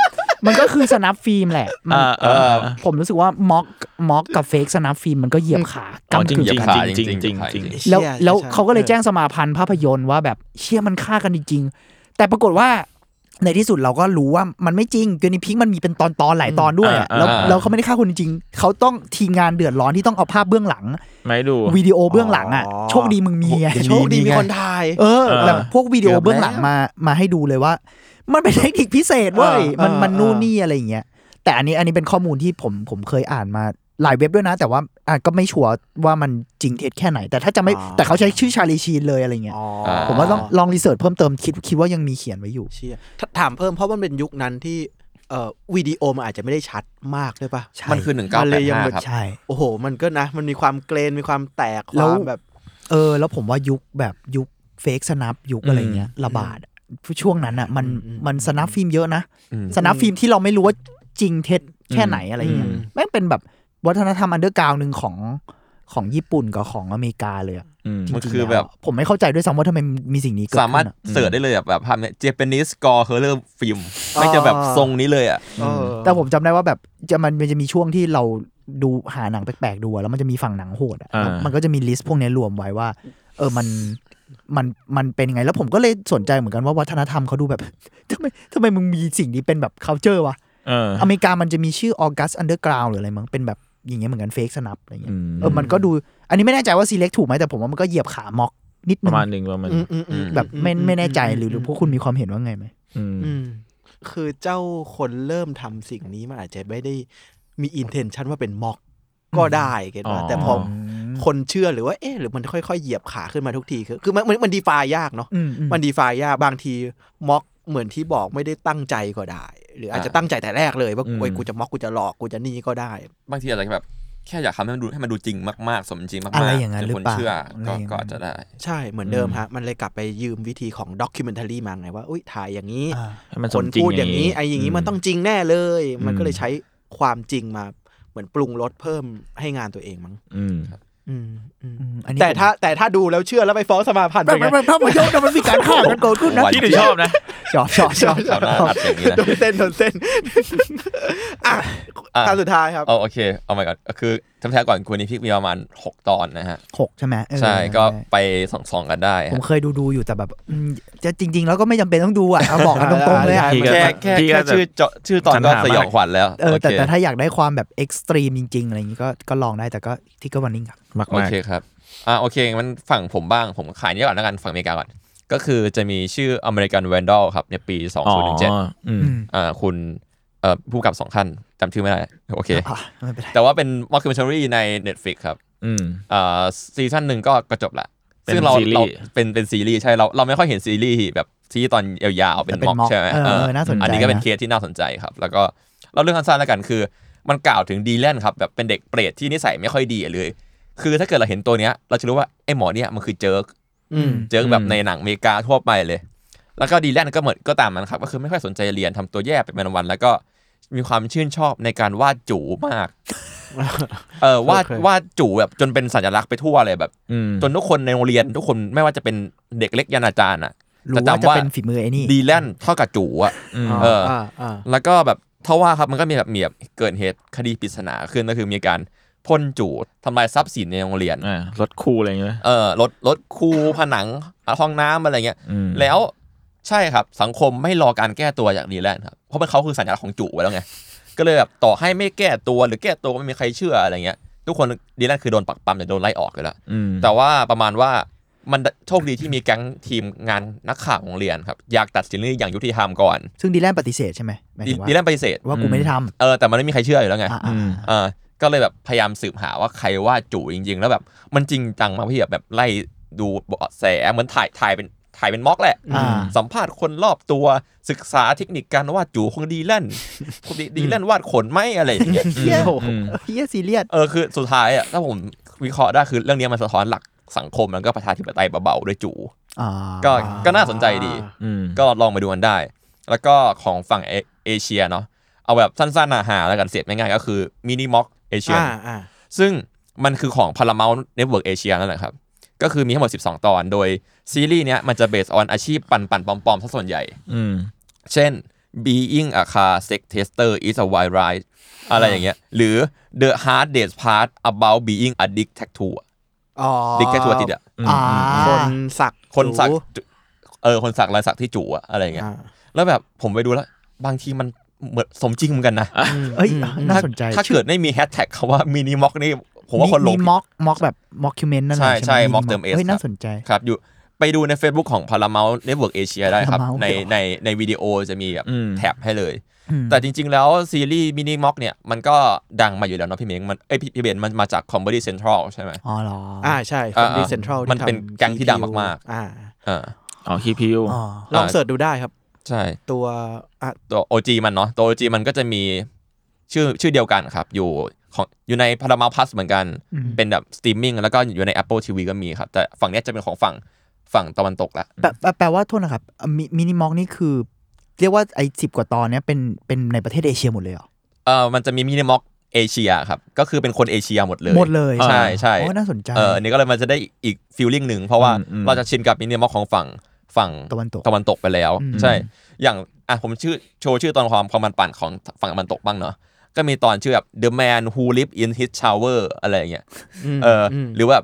มันก็คือสนับฟิล์มแหละมัน อ่าเออ ผมรู้สึกว่าม็อกม็อกกับเฟกสนับฟิล์มมันก็เหยียบขา อ๋อก ำ จริ กึ่ ง ง จริง กัน จริงจริงจริงจริง แล้ว เชี่ย แล้ว ใช่ เขาก็เลอยอ แจ้งสมาพันธ์ภาพยนตร์ว่าแบบเชี่ยมันฆ่ากันจริงๆแต่ปรากฏว่าในที่สุดเราก็รู้ว่ามันไม่จริงเกนิพิกมันมีเป็นตอนตอนๆหลายตอนด้วยอะ อ่า แล้ว อ่า แล้วเขาไม่ได้ฆ่าคนจริงๆเขาต้องทีมงานเดือดร้อนที่ต้องเอาภาพเบื้องหลัง ไม่ดู วิดีโอเบื้องหลังอ่ะ อ๋อ โชคดีมึงมีไง โชคดีมีคนทาย เออ เออ แบบพวกวิดีโอเบื้องหลัง เกือบแล้ว มามาให้ดูเลยว่า มันเป็นเทคนิคพิเศษเว้ย เออ มัน เออ มันนู่น เออ นี่อะไรอย่างเงี้ยแต่อันนี้อันนี้เป็นข้อมูลที่ผมผมเคยอ่านมา หลายเว็บด้วยนะ แต่ว่าอ่ะก็ไม่ชัวร์ว่ามันจริงเท็จแค่ไหน แต่ถ้าจะไม่ อ๋อ แต่เขาใช้ชื่อชาลีชีนเลยอะไรเงี้ย อ๋อ ผมว่าต้องลองรีเสิร์ชเพิ่มเติมคิดคิดว่ายังมีเขียนไว้อยู่ เชี่ยถถามเพิ่มเพราะมันเป็นยุคนั้นที่เอ่อวิดีโอมันอาจจะไม่ได้ชัดมากด้วยปะ ใช่ มันคือหนึ่งเก้า มัน แป เล ด ยยัง ห้า แบบ ครับ ใช่ โอ้โห มันก็นะ มันมีความเกรนมีความแตกแล้วคาว มแบบ เออ แล้วผมว่ายุคแบบยุคเฟกสนับยุคอะไรเงี้ยระบาดอะช่วงนั้นอ่ะมัน อืม มันสนับฟิล์มเยอะนะ อืม สนับฟิล์มที่เราไม่รู้ว่าจริงเท็จแค่ไหนอะไรเงี้ยแม่งเป็นแบบวัฒนธรรมอันเดอร์กราวหนึ่งของของญี่ปุ่นกับของอเมริกาเลยอะ อืม จ มัน ริงๆ คือ ล้ว แบบ ผมไม่เข้าใจด้วยซ้ำว่าทำไมมีสิ่งนี้เกิด สามารถขึ้นอะ เสิร์ชได้เลยอะแบบภาพเนี้ยเจแปนิสกอร์เคอร์เลอร์ฟิล์มไม่จะแบบทรงนี้เลยอ่ะ เออ แต่ผมจำได้ว่าแบบจะมันมันจะมีช่วงที่เราดูหาหนังแปลกๆดูอะแล้วมันจะมีฝั่งหนังโหดอะ อ่า แล้วมันก็จะมีลิสต์พวกเนี้ยรวมไว้ว่า เออมันมันมันเป็นยังไง แล้วผมก็เลยสนใจเหมือนกันว่าวัฒนธรรมเขาดูแบบ ทำไมทำไมมึงมีสิ่งนี้เป็นแบบ c u l t u r e วะ เออ อเมริกามันจะมีชื่อ August Underground หรืออะไรมั้งเป็นแบบอย่างเงี้ยเหมือนกัน fake snap อะไรเงี้ อื ย ม เออมันก็ดู อันนี้ไม่แน่ใจว่า select ถูกไหมแต่ผมว่ามันก็เหยียบขาม็อกนิด ป นึง ระมาณหนึ่งประมาณ อืมอืมอืม แบบไม่ อืม ไม่แน่ใจ อืม หรือหรืออ ม พวกคุณมีความเห็นว่าไงไหม อืม อืมคือเจ้าคนเริ่มทำสิ่งนี้มันอาจจะไม่ได้มีอินเทนชันว่าเป็นม็อกก็ได้เก็ตป่ะแต่พออคนเชื่อหรือว่าเอ๊ะหรือมันค่อยๆเหยียบขาขึ้นมาทุกทีคือคือมันมันมันดีฟายากเนาะ อืมอืม มันดีฟายากบางทีม็อกเหมือนที่บอกไม่ได้ตั้งใจก็ได้ หรืออาจจะตั้งใจแต่แรกเลยว่าโอ้ยกูจะม็อกกูจะหลอกกูจะนี่ก็ได้ บางทีอาจจะแบบแค่อยากทำให้มันดูให้มันดูจริงมากๆ สมจริงมากๆ อะไรอย่างนั้น จ หรือ คน เปล่า เชื่อ อะไร ก็ อย่างนั้น ก็อาจจะได้ ใช่เหมือนเดิมฮะมันเลยกลับไปยืมวิธีของด็อกิเมนทารีมาไงว่าอุ้ยถ่ายอย่างนี้ อ่า ให้มันส ค ม น จริง พูดอย่างนี้ไอ้อย่างนี้มันต้องจริงแน่เลย อืม มันก็เลยใช้ความจริงมาเหมือนปรุงรสเพิ่มให้งานตัวเองมั้ง อืม อืมอืม อืมอันนี้ แต่ถ้าแต่ถ้าดูแล้วเชื่อแล้วไปฟ้องสมาพันธ์ ไม่ เป็นไง ไม่ไม่ภาพยนตร์น่ะมันมีการฆ่ากันเกิดขึ้นนะ ไหว ที่หนึ่งชอบนะ ชอบชอบชอบ ชาวนาอัดอย่างนี้นะ โดนเส้นโดนเส้นอ่ะ อ่ะ ตามสุดท้ายครับ เอาโอเคเอาไปก่อนคือทั้งแท้ก่อนคุณนี่พิกมีประมาณ 6 ตอนนะฮะ หกใช่ไหมเออ ใช่ก็ไปส่องสองๆกันได้ ผม ฮะ เคยดูดูอยู่แต่แบบอืมจะจริง ๆ แล้วก็ไม่จำเป็นต้องดูอ่ะเอาบอกกันตรงๆเลยอ่ะ พี่ก็ แค่แค่ พี่ก็ แค่ชื่อจอชื่อตอนก็ สรรหา สยองขวัญแล้ว เออ โอ แต่ เค แต่ถ้าอยากได้ความแบบเอ็กซ์ตรีมจริง ๆ อะไรอย่างงี้ก็ก็ลองได้แต่ก็ที่ก็วันนี้ครับ มาก โอ มาก เคครับอ่าโอเคมันฝั่งผมบ้างผมขายนี้ก่อนแล้วกันฝั่งอเมริกาก่อนก็คือจะมีชื่ออเมริกันแวนดอลครับในปี อ๋อ 2017 อืม อ่าคุณเอ่อผู้กำกับสองขั้นจำชื่อไม่ได้ โอเค อ่ะไม่เป็นไร แต่ว่าเป็น mockumentary ใน Netflix ครับ อืม อ่าซีซั่นหนึ่งก็กระจบละ เป็น ซึ่งเรา ซีรีส์ เราเป็นเป็นซีรีส์ใช่เราเราไม่ค่อยเห็นซีรีส์แบบที่ตอนยาวๆเป็น แต่เป็น ม็อก mock ใช่ไหม เออ เออ น่าสนใจ อันนี้ก็เป็น นะ เคสที่น่าสนใจครับ แล้วก็เราเรื่องสั้นๆแล้วกันคือ มันกล่าวถึงดีแลนครับแบบเป็นเด็กเปรตที่นิสัยไม่ค่อยดีเลย คือถ้าเกิดเราเห็นตัวเนี้ยเราจะรู้ว่าไอ้หมอเนี่ยมันคือเจิร์ก อืม เจอแบบ อืม ในหนังอเมริกาทั่วไปเลย แล้วก็ดีแลนก็เหมือนก็ตามมันครับ ก็คือไม่ค่อยสนใจเรียนทำตัวแย่ไปเป็นวันๆแล้วก็มีความชื่นชอบในการวาดจูมาก เออวาด โอเค วาดจูแบบจนเป็นสัญลักษณ์ไปทั่วเลยแบบ อืม จนทุกคนในโรงเรียนทุกคนไม่ว่าจะเป็นเด็กเล็กยันอาจารย์อ่ะ รู้ว่าจะเป็นฝีมือไอ้นี่ ดีแลนเท่ากับจูอ่ะ อืม เอออ่ าอ่า แล้วก็แบบทว่าครับมันก็มีแบบมีแบบเกิดเหตุคดีปริศนาขึ้นก็คือมีการพ่นจูทำลายทรัพย์สินในโรงเรียน อ่ารถคู่อะไรอย่างเงี้ย เออรถรถคูผนังห้องน้ำอะไรเงี้ย อืม แล้วใช่ครับสังคมไม่รอการแก้ตัวอย่างดีแลนด์ครับเพราะมันเขาคือสัญลักษณ์ของจู่ไว้แล้วไง ก็เลยแบบต่อให้ไม่แก้ตัวหรือแก้ตัวก็ไม่มีใครเชื่ออะไรเงี้ย ทุกคนดีแลนด์คือโดนปักปั๊มจะโดนไล่ออกอยู่แล้ว อืม แต่ว่าประมาณว่ามันโชคดีที่มีแก๊งทีมงานนักข่าวของโรงเรียนครับอยากตัดสินเรื่องอย่างยุติธรรมก่อน ซึ่งดีแลนปฏิเสธใช่ไหมหมาย ดี ถึงว่า ดีแลนด์ปฏิเสธ ว่ากูไม่ได้ท เออแต่มันไม่มีใครเชื่ออยู่แล้วไง ำอ่ะ อื อ่ะ ม เออก็เลยแบบพยายามสืบหาว่าใครว่าจู่จริง ๆ แล้วแบบมันจริงจังมากพี่แบบแบบไล่ดูเบาะแสเหมือนถ่ายถ่ายเป็นถ่ายเป็นม็อกแหละ อ่า สัมภาษณ์คนรอบตัวศึกษาเทคนิคการวาดจู่ของดีแลนด์ คนดีดีแลนด์วาดขนไหมอะไรอย่างเงี้ย เหี้ย อืม โอ้โหเฮียซีเรียส เออคือสุดท้ายอ่ะถ้าผมวิเคราะห์ได้คือเรื่องเนี้ยมันสะท้อนหลักสังคมแล้วก็ประชาธิปไตยเบาๆด้วยจู่ อ่า ก็ก็น่าสนใจดี อืม ก็ลองไปดูกันได้ แล้วก็ของฝั่งเอเอเชียเนาะเอาแบบสั้นๆหาๆแล้วกันเสร็จง่ายๆก็คือมินิม็อกเอเชีย อ่าอ่า ซึ่งมันคือของ Paramount Network Asia นั่นแหละครับ ก็คือมีทั้งหมด 12 ตอน โดยซีรีส์เนี้ยมันจะเบสออนอาชีพปันปันปอมปอมซะส่วนใหญ่ อืม เช่น being a car sex tester is a wild ride อะไรอย่างเงี้ย หรือ the hard days part about being a dick tattoo อะ อ๋อ dick tattoo อะติดอ่ะ อ่า คนสัก คนสักจุจู๋เออ คนสักลายสักที่จูอะอะไรอย่างเงี้ย อ่า แล้วแบบผมไปดูแล้ว บางทีมันเหมือนสมจริงเหมือนกันนะ เอ้ยน่าสนใจ ถ้าเกิดไม่มีแฮชแท็กคำว่า mini mock นี่ผมว่าคนหลง มี ผิด ม็อกม็อกแบบม็อกคิวเมนต์นั่นแหละ ใช่ใช่ ไห mock mini เติม S เฮ้ยคน่ารับ สนใจ ครับอยู่ ไปดูใน Facebook ของ Paramount Network Asia ได้ครับ Paramount ใน เหรอ ในในวิดีโอจะมีแบบ อืม แท็บให้เลย แต่จริง ๆ แล้วซีรีส์มินิม็อกเนี่ย มันก็ดังมาอยู่แล้วเนาะพี่เม้งมันเอ้ยพี่พี่เบนมันมาจาก Comedy Central ใช่ไหม อ๋อเหรอ อ่า อ่า ใช่คอมดี อ่า เซ็นทรัล มันเป็นแก๊งที่ดังมากๆ อ่า อ่า อ๋อคีพิว อ๋อ ลองเสิร์ชดูได้ครับ ใช่ ตัวอ่ะ ตัว OG มันเนาะตัว OG มันก็จะมีชื่อชื่อเดียวกันครับ อยู่ของอยู่ใน Paramount Plus เหมือนกัน อืม เป็นแบบสตรีมมิ่งแล้วก็อยู่ใน Apple TV ก็มีครับ แต่ฝั่งเนี้ยจะเป็นของฝั่งฝั่งตะวันตกละ แปลแปลแปลว่าโทษนะครับมินิมอกนี่คือ เรียกว่าไอ้สิบกว่าตอนเนี้ยเป็นเป็นในประเทศเอเชียหมดเลยเหรอ เออมันจะมีมินิม็อกเอเชียครับ ก็คือเป็นคนเอเชียหมดเลย หมดเลย ใช่ใช่ โอ้น่าสนใจ เอออันนี่ก็เลยมันจะได้อีกฟีลลิ่งหนึ่ง เพราะว่า อืมอืม เราจะชินกับมินิม็อกของฝั่งฝั่ง ตะวันตก ตะวันตกไปแล้ว อืม ใช่ อย่างอ่ะผมชื่อโชว์ชื่อตอนความความมันปั่นของฝั่งตะวันตกบ้างเนาะก็มีตอนชื่อแบบ The Man Who Live in His Shower อะไรอย่างเงี้ย ม เอออ ม หรือว่า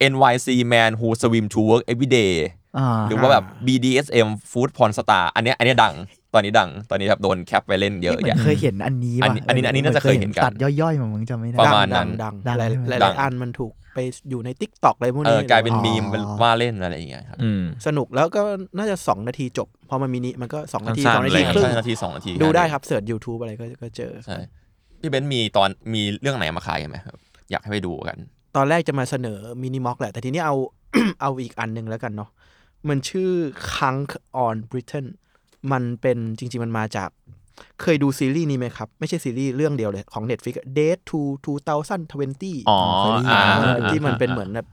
NYC Man Who Swim to Work Every Day อ่า หรือว่าแบบ BDSM Food Porn Star อันเนี้ยอันเนี้ยดังตอนนี้ดังตอนนี้แบบโดนแคปไปเล่นเยอะ เหมือ แยะ นเคยเห็นอันนี้ อัน ว่ะ นี้อันนี้อันนี้น่าจะเคยเห็นกัน ตัดย่อยๆมามึงจำไม่ได้ ประมาณ นั้น ดัง ดัง ๆหลาย ใช่ไหม หลาย ดั หลาง ยอันมันถูกไปอยู่ในติ๊กต็อกอะไรพวก เอ นี้ อกลายเป็น อ๋อ มีมเป็นว่าเล่นอะไรอย่างเงี้ยครับ อืม สนุกแล้วก็น่าจะ 2 นาทีจบ พอมันมินิมันก็ 2 นาที สั้นๆ สองนา ดี ที ขึ้ ครึ่ง ใช่นาทีสองนาที ดูได้ครับเสิร์ช YouTube อะไรก็ก็เจอ ใช่พี่เบนซ์มีตอนมีเรื่องไหนมาขายกันไหมครับอยากให้ไปดูกัน ตอนแรกจะมาเสนอมินิม็อกแหละ แต่ทีนี้เอา เอาอีกอันหนึ่งแล้วกันเนาะมันชื่อ Kunk on Britain มันเป็นจริง ๆ มันมาจาก เคยดูซีรีส์นี้ไหมครับ ไม่ใช่ซีรีส์เรื่องเดียวเลยของ Netflix Date to 2020 อ๋ออ่า ที่มันเป็นเหมือนแบบ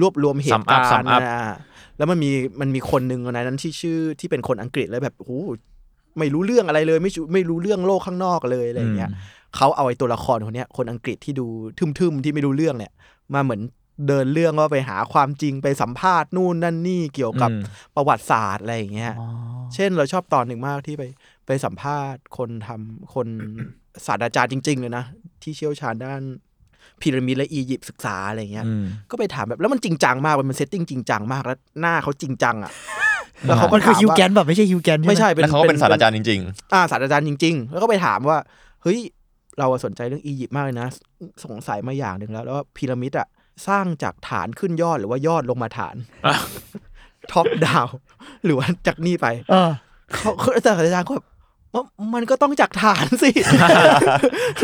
รวบรวมเหตุกา Sum up, ร sum ณ์ up อ่าแล้วมันมีมันมีคนหนึ่งในนั้นที่ชื่อที่เป็นคนอังกฤษแล้วแบบโอ้โหไม่รู้เรื่องอะไรเลยไม่รู้ไม่รู้เรื่องโลกข้างนอกเลยอะไรอย่างเงี้ยเขาเอาไอ้ตัวละครคนเนี้ยคนอังกฤษที่ดูทึมๆที่ไม่รู้เรื่องเนี่ย มาเหมือนเดินเรื่องว่าไปหาความจริงไปสัมภาษณ์นู่นนั่นนี่เกี่ยวกับ อืม ประวัติศาสตร์อะไรอย่างเงี้ย เช่นเราชอบตอนหนึ่งมากที่ไปไปสัมภาษณ์คนทำคน ศาสตราจารย์จริง ๆ เลยนะ ที่เชี่ยวชาญด้านพีระมิดและอียิปต์ศึกษาอะไรอย่างเงี้ย อืม ก็ไปถามแบบแล้วมันจริงจังมากมันเซตติ้งจริงจังมากแล้วหน้าเขาจริงจังอ่ะ อืม แล้วเขาก็ มันคือ ถา ฮิว ว่า แกนแบบไม่ใช่ฮิวแกนใช่ห ไม่ใช่เป็น แล้วเขาก็เป็นศาสตราจารย์จริง อ่าศาสตราจารย์จริง ๆ แล้วก็ไปถามว่าเฮ้ยเราอะสนใจเรื่องอียิปต์มากเลยนะ สงสัยมาอย่างหนึ่งแล้ว แล้วว่าพีระมิดอ่ะสร้างจากฐานขึ้นยอดหรือว่ายอดลงมาฐาน ท็อปดาวหรือว่าจากนี่ไป เออ เขา เขาแต่อาจารย์ก็แบบว่ามันก็ต้องจากฐาน สิ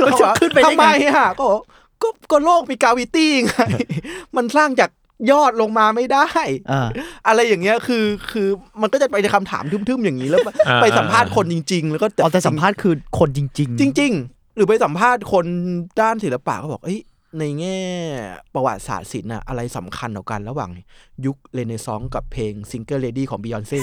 มันจะขึ้นไปได้ไง ทำไมอ่ะก็บอกก็ก็โลกมีกาวิตี้ไง มันสร้างจากยอดลงมาไม่ได้ อ่า อะไรอย่างเงี้ยคือคือมันก็จะไปในคำถามทึมๆอย่างนี้แล้วไป อ่า ไปสัมภาษณ์คนจริง ๆ แล้วก็ อ๋อแต่สัมภาษณ์คือคนจริง ๆ จริง ๆ หรือไปสัมภาษณ์คนด้านศิลปะก็บอกเอ้ยในแง่ประวัติศาสตร์ศิลป์อะอะไรสำคัญกว่ากันระหว่าง ยุคเรเนซองส์กับเพลงซิงเกิลเลดี้ของบิยอนเซ่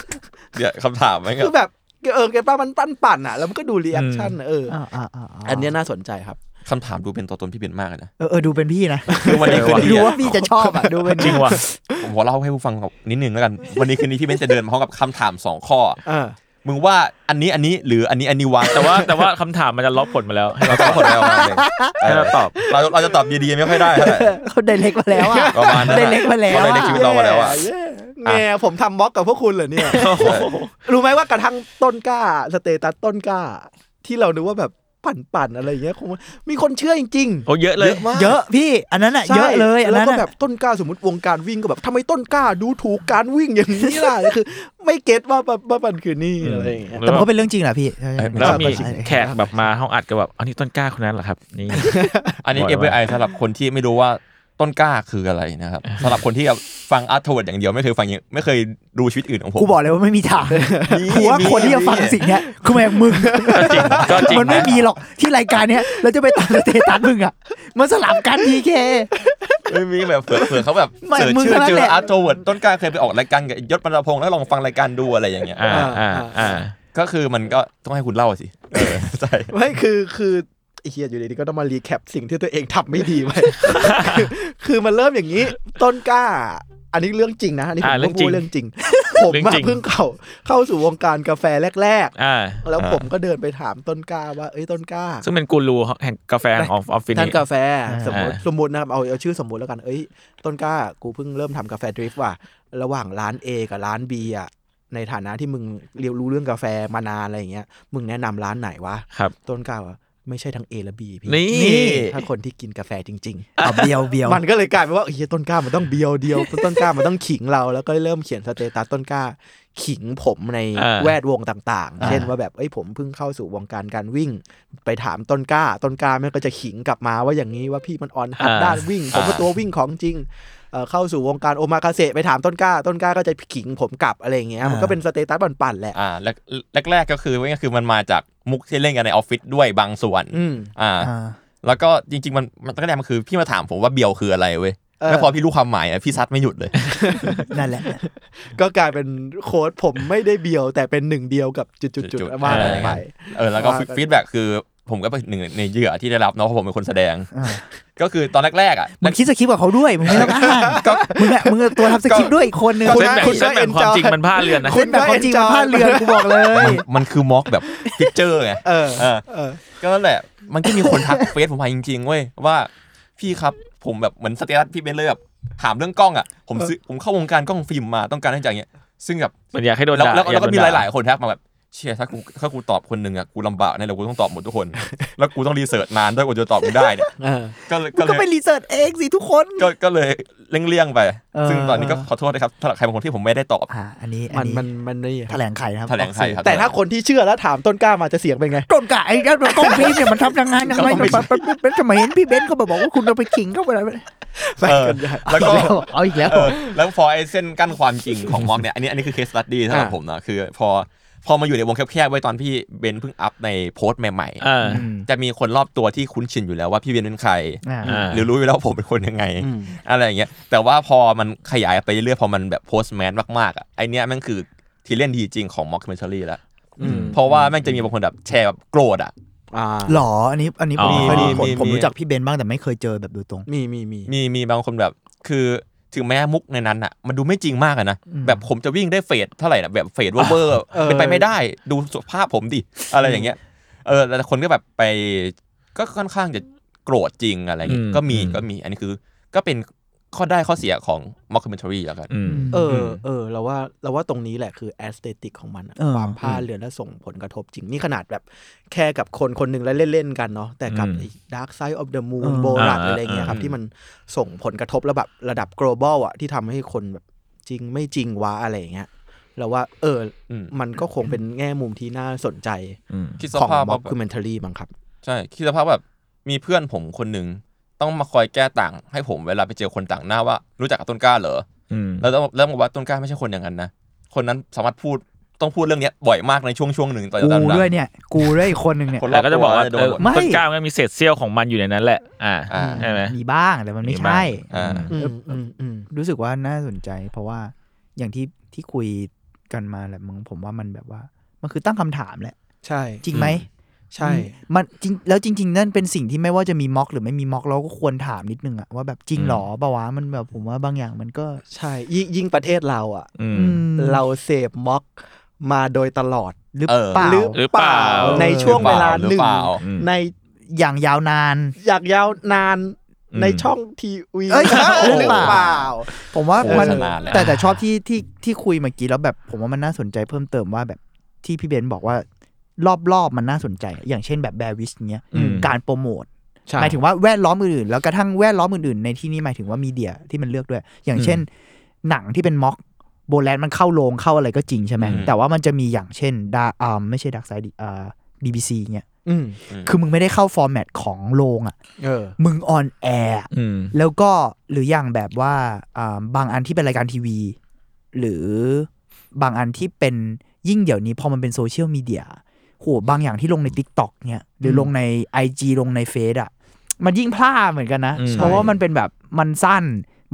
ๆ เดี๋ยวคำถามไหมครั คื บ อแบบเออแกป้ามันปั้นปั่นอ่ะ แล้วมันก็ดูรีแอคชั่นเอออ อ่าอ่าา อันเนี้ยน่าสนใจครับ คำถามดูเป็นตัวตนพี่เบนซ์มากเลยนะ เออเออดูเป็นพี่นะ คือวันนี้คือดีอะ ดูว่าพี่จะชอบอ่ะดูเป็น จริงว่ะ ผมขอเล่าให้ผู้ฟังนิดนึงแล้วกัน วันนี้คืนนี้พี่เบนซ์จะเดินมาพร้อมกับคำถามสองข้อ เออ มึงว่าอันนี้อันนี้หรืออันนี้อันนี้วะแต่ แต่ ว่า ว่าแต่ว่าคำถามมันจะล็อกผลมาแล้ว ให้ เรา เราตอตอบบ ผลได้ประมาณนึง ให้เราตอบ เราเราจะตอบดีๆไม่ค่อยได้เท่าไหร่ เขาได้เล็กมาแล้วอ่ะ ประมาณนั้นอะ ได้เล็กมาแล้ว เราได้เล็กชีวิต อะ องมาแล้วอะ เย้เย้แง่ผมทำบล็อกกับพวกคุณเหรอเนี่ย รู้ไหมว่ากระทั่งต้นกล้า สเตตัสต้นกล้า ที่เรานึกว่าแบบปั่นปั่นๆอะไรอย่างเงี้ยคงมีคนเชื่อจริงๆ โอ้เยอะเลย มาก เยอะพี่อันนั้นอ่ะ ใช่ เยอะเลยอัน แล้ว นั้น ก็ อะ แบบต้นกล้าสมมติวงการวิ่งก็แบบทำไมต้นกล้าดูถูกการวิ่งอย่างนี้ล่ะคือ ไม่เก็ตว่าแบบว่ามันคือนี่อะไรอย่างเงี้ย แต่มันก็เป็นเรื่องจริงแหละพี่ใช่ใช่ แล้วมี ใช่ใช่ แขกแบบมาห้องอัดก็แบบอันนี้ต้นกล้าคนนั้นเหรอครับ นี่ อันนี้ บ่อยมาก FBI สำหรับคนที่ไม่รู้ว่าต้นกล้าคืออะไรนะครับสำหรับคนที่ฟังอาร์ตเวิร์ดอย่างเดียวไม่เคยฟังอย่างไม่เคยดูชีวิตอื่นของผม กูบอกเลยว่าไม่มีทาง มี กูว่าคนที่จะฟัง มี สิ่งเนี้ยคือแม่งมึง จริงก็จริงนะ มันไม่มีหรอกที่รายการเนี้ยเราจะไปตามสเตตัสมึงอ่ะมันสลับกันดีเค ไม่มีแบบเผื่อเผื่อเขาแบบ ไม่ เสิร์ช มึง ชื่อ เท่านั้น เจ แห อ ละ อาร์ตเวิร์ดต้นกล้าเคยไปออกรายการกับยศบรรดาพงษ์แล้วลองฟังรายการดูอะไรอย่างเงี้ย อ่าอ่าอ่า ก็คือมันก็ต้องให้คุณเล่าสิเออ ใช่ ไม่คือคือไอ้เฮียอยู่ดีๆก็ต้องมารีแคปสิ่งที่ตัวเองทำไม่ ดีไป คือมันเริ่มอย่างนี้ ต้นกล้า อันนี้เรื่องจริงนะอันนี้ผม อ่าเรื่องจริ พู ง ดเรื่องจริง ผมอะ เรื่องจริง เพิ่งเข้าเข้าสู่วงการกาแฟแรก อ่า ๆ แล้วผมก็เดินไปถามต้นกล้าว่าเอ้ยต้นกล้า ซึ่งเป็นกูรูแห่งกาแฟของออฟฟิศ ทาน นี้ กาแฟ อ่า สมมติสมมตินะครับเอาเอาชื่อสมมติแล้วกันเอ้ย ต้นกล้ากูเพิ่งเริ่มทำกาแฟดริฟต์ว่ะระหว่างร้าน A กับร้าน B อ่ะในฐานะที่มึงเรียนรู้เรื่องกาแฟมานานอะไรอย่างเงี้ยมึงแนะนำร้านไหนวะ ครับ ต้นกล้าว่า ไม่ใช่ทั้ง A และ B พี่ นี่ ถ้าคนที่กินกาแฟจริง ๆ เอาเบียวเบียว มันก็เลยกลายเป็นว่าเฮียต้นกล้ามันต้องเบียวเดียว ต้นกล้ามันต้องขิงเราแล้วก็เริ่มเขียนสเตตัสต้นกล้า ขิงผมใน อ่า แวดวงต่างๆอ่าเช่นว่าแบบเอ้ยผมเพิ่งเข้าสู่วงการการวิ่ง ไปถามต้นกล้า ต้นกล้ามันก็จะขิงกลับมาว่าอย่างนี้ว่าพี่มันอ่อนหัดด้านวิ่ง ผมก็ตัววิ่งของจริงเอ่อเข้าสู่วงการโอมาคาเสะไปถามต้นกล้า ต้นกล้าก็จะขิงผมกลับอะไรอย่างเงี้ยมันก็เป็นสเตตัสปั่นๆแหละ อ่าแรกแรกแรกก็คือว่าก็คือมันมาจากมุกที่เล่นกันในออฟฟิศด้วยบางส่วน อืม อ่า อ่า แล้วก็จริงๆ มันมันตั้งแต่มันคือพี่มาถามผมว่าเบียวคืออะไรเว้ย เออ แล้วพอพี่รู้ความหมายอะพี่ซัดไม่หยุดเลย นั่นแหละ ก็กลายเป็นโค้ดผมไม่ได้เบียวแต่เป็นหนึ่งเดียวกับจุดๆๆมาอะไรไป เออแล้วก็ ว่า ฟีดแบ็กคือผมก็เป็นหนึ่งในเหยื่อที่ได้รับเนาะเพราะผมเป็นคนแสดง อ่า ก็คือตอนแรกๆอ่ะ มึงคิดสคริปต์กับเขาด้วยมึงไม่ต้องอ้างมึงอะมึงอะตัวทำสคริปต์ด้วยอีกคนนึง คุ เส้ ณ นแบ่งเส้นคุณก็แบ่งความ enjoy จริงมันพลาดเรือนนะ คุ เส้ ณ นแบบ ก็ ของจริงมา enjoy พาดเรือนกูบอกเลย มันมันคือม็อกแบบพิกเจอร์ไง เออ เออ เออ ก็นั่นแหละ มันก็มีคนทักเฟซผมมาจริงๆเว้ยว่าพี่ครับผมแบบเหมือนสเตตัสพี่เบนเลยแบบถามเรื่องกล้องอ่ะผมซื้อผมเข้าวงการกล้องฟิล์มมาต้องการให้อย่างเงี้ย ซึ่งแบบ มันอยากให้โดน แล้ว ด่า แล้วแล้วก็มีหลาย ๆ ๆ คนทักมาแบบเชียถ้ากูถ้ากูตอบคนหนึ่งอะกูลำบากแน่เลยกูต้องตอบหมดทุกคน แล้วกูต้องรีเสิร์ชนานด้วยกว่าจะตอบกูได้เนี่ย เออ ก็เลย มึ ก็ ง เล ก็ไป ย รีเสิร์ชเองสิทุกคน ก็ก็เลยเลี่ยงๆไป เออ ซึ่งตอนนี้ก็ขอโทษนะครับสำหรับใครบางคนที่ผมไม่ได้ตอบ อ่าอันนี้อั มัน น นี้ มันมันนี่ แถลงไขนะครับ แถลงไขครับ แต่ถ้าคนที่เชื่อแล้วถามต้นกล้ามาจะเสียงเป็นไง ต้นกะไอ้ยัดกล้องฟิล์มเนี่ยมันทำยังไงทำไมมันเป็นสมัยเห็นพี่เบนซ์ก็มาบอกว่าคุณเอาไปขิงเข้าไปอะไร ไป เออ กันใหญ่ แล้วก็ เอาอีกแล้ว เออแล้วพอไอ้เส้นกั้นความจริงของม็อกเนี่ยอันนี้อันนี้คือเคสตัดดี้สำหรับ อ่า ผมนะคือ พอพอมาอยู่ในวงแคบๆไว้ตอนพี่เบนเพิ่งอัพในโพสต์ใหม่ อ่า ๆจะมีคนรอบตัวที่คุ้นชินอยู่แล้วว่าพี่เบนเป็นใคร อ่า หรือรู้อยู่แล้วผมเป็นคนยังไง อืม อะไรอย่างเงี้ยแต่ว่าพอมันขยายไปเรื่อยๆพอมันแบบโพสต์แมนมากๆอ่ะไอเนี้ยแมันคือทีเล่นดีจริงของม็อกเมนทอรี่แล้ว อืม เพราะว่าแม่งจะมีบางคนแบบแชร์แบบโกรธอ่ะ อ่า หรอ อันนี้อันนี้ผม อ๋อ ไม่เคยดู มีมีผมผม มี รู้จักพี่เบนซ์บ้างแต่ไม่เคยเจอแบบโดยตรง มีมีมี มีมีบางคนแบบคือถึงแม้มุกในนั้นอ่ะ มันดูไม่จริงมากอะนะแบบผมจะวิ่งได้เฟดเท่าไหร่นะแบบเฟดเวอร์เวอร์ เออ เป็นไปไม่ได้ดูสุขภาพผมดิอะไรอย่างเงี้ยเออแต่คนก็แบบไปก็ค่อนข้างจะโกรธจริงอะไรอย่างเงี้ย อืม ก็มี อืม ก็มีอันนี้คือก็เป็นข้อได้ข้อเสียของม็อกเมนทอรี่แล้วกัน อืม เออเออเราว่าเราว่าตรงนี้แหละคือแอสเตติกของมันอะ เออ ความผ้าเรือนและส่งผลกระทบจริง นี่ขนาดแบบแค่กับคนคนหนึ่งแล้วเล่น ๆ กันเนาะแต่กับ อืม ดาร์กไซ d ์ออฟเดอะมู เออ นโบรัก อ่า อะไรเงี้ยครับ อ่า ที่มันส่งผลกระทบระดับระดับ global อะที่ทำให้คนแบบจริงไม่จริงวะอะไรอย่างเงี้ยเราว่าเออ อืม มันก็คงเป็นแง่มุมที่น่าสนใจ คิดส ของ ภาพ ม็อ ว่า บ แบบ คูเมนทารีมั้งครับ ใช่คิดสภาพแบบมีเพื่อนผมคนหนึ่งต้องมาคอยแก้ต่างให้ผมเวลาไปเจอคนต่างหน้าว่ารู้จักกับต้นกล้าเหรอแล้วต้องแล้วบอกว่าต้นกล้าไม่ใช่คนอย่างนั้นนะคนนั้นสามารถพูดต้องพูดเรื่องเนี้ยบ่อยมากในช่วงช่วงหนึ่งตอน กู ตอนนั้ ด้วย น เนี่ย กูด้วยอีกคนหนึ่งเนี่ย คนร แต่ อบ ก็จะบอกว่า โด เอน อ หมด ไม่ ต้นกล้ามันก็มีเศษเสี้ยวของมันอยู่ในนั้นแหละ อ่า อ่า ใช่ไหม มีบ้างแต่มันไม่ มีบ้า ใช่ ง อ่า อืมอืมอืม รู้สึกว่าน่าสนใจ เพราะว่าอย่างที่ที่คุยกันมาแหละมึงผมว่ามันแบบว่า มันคือตั้งคำถามแหละ ใช่ จริงไหม ใช่ มันจริงแล้วจริง ๆ นั่นเป็นสิ่งที่ไม่ว่าจะมีม็อกหรือไม่มีม็อกเราก็ควรถามนิดนึงอะว่าแบบจริงหรอปะวะมันแบบผมว่าบางอย่างมันก็ ใช่ยิ่งยิ่งประเทศเราอ่ะ อืม อืม เราเสพม็อกมาโดยตลอด หรือ เออ เปล่า หรือ หรือเปล่า ในช่วงเวลา หรือ หนึ่ง เปล่า ใน อย่างยาวนาน อยากยาวนาน อืม ในช่องทีวี เอ้ย ห หรือ รือ เป เปล่าล่าผมว่า โฆ มัน ษณาแหละ แต่แต่ชอบที่ที่ที่คุยเมื่อกี้แล้วแบบ ผมว่ามันน่าสนใจเพิ่มเติมว่าแบบที่พี่เบนบอกว่ารอบๆมันน่าสนใจ อย่างเช่นแบบแบวิสเนี้ย อืม การโปรโมท ใช่ หมายถึงว่าแวดล้อมอื่นๆแล้วกระทั่งแวดล้อมอื่นๆในที่นี้หมายถึงว่ามีเดียที่มันเลือกด้วย อย่างเช่น หนังที่เป็นม็อกโบแลนด์มันเข้าโรงเข้าอะไรก็จริงใช่ไหม อืม แต่ว่ามันจะมีอย่างเช่นดาอ่าไม่ใช่ดักไซด์อ่าบีบีซีเนี้ย อืม คือมึงไม่ได้เข้าฟอร์แมตของโรงอ่ะ เออ มึงออนแอร์ อืม แล้วก็หรืออย่างแบบว่าอ่าบางอันที่เป็นรายการทีวี หรือบางอันที่เป็นยิ่งเดี๋ยวนี้พอมันเป็นโซเชียลมีเดียโหบางอย่างที่ลงใน t ิ k t o k เนี่ยหรือลงใน IG ลงในเฟซอ่ะ มันยิ่งพลาดเหมือนกันนะ อืม เพราะว่ามันเป็นแบบมันสั้น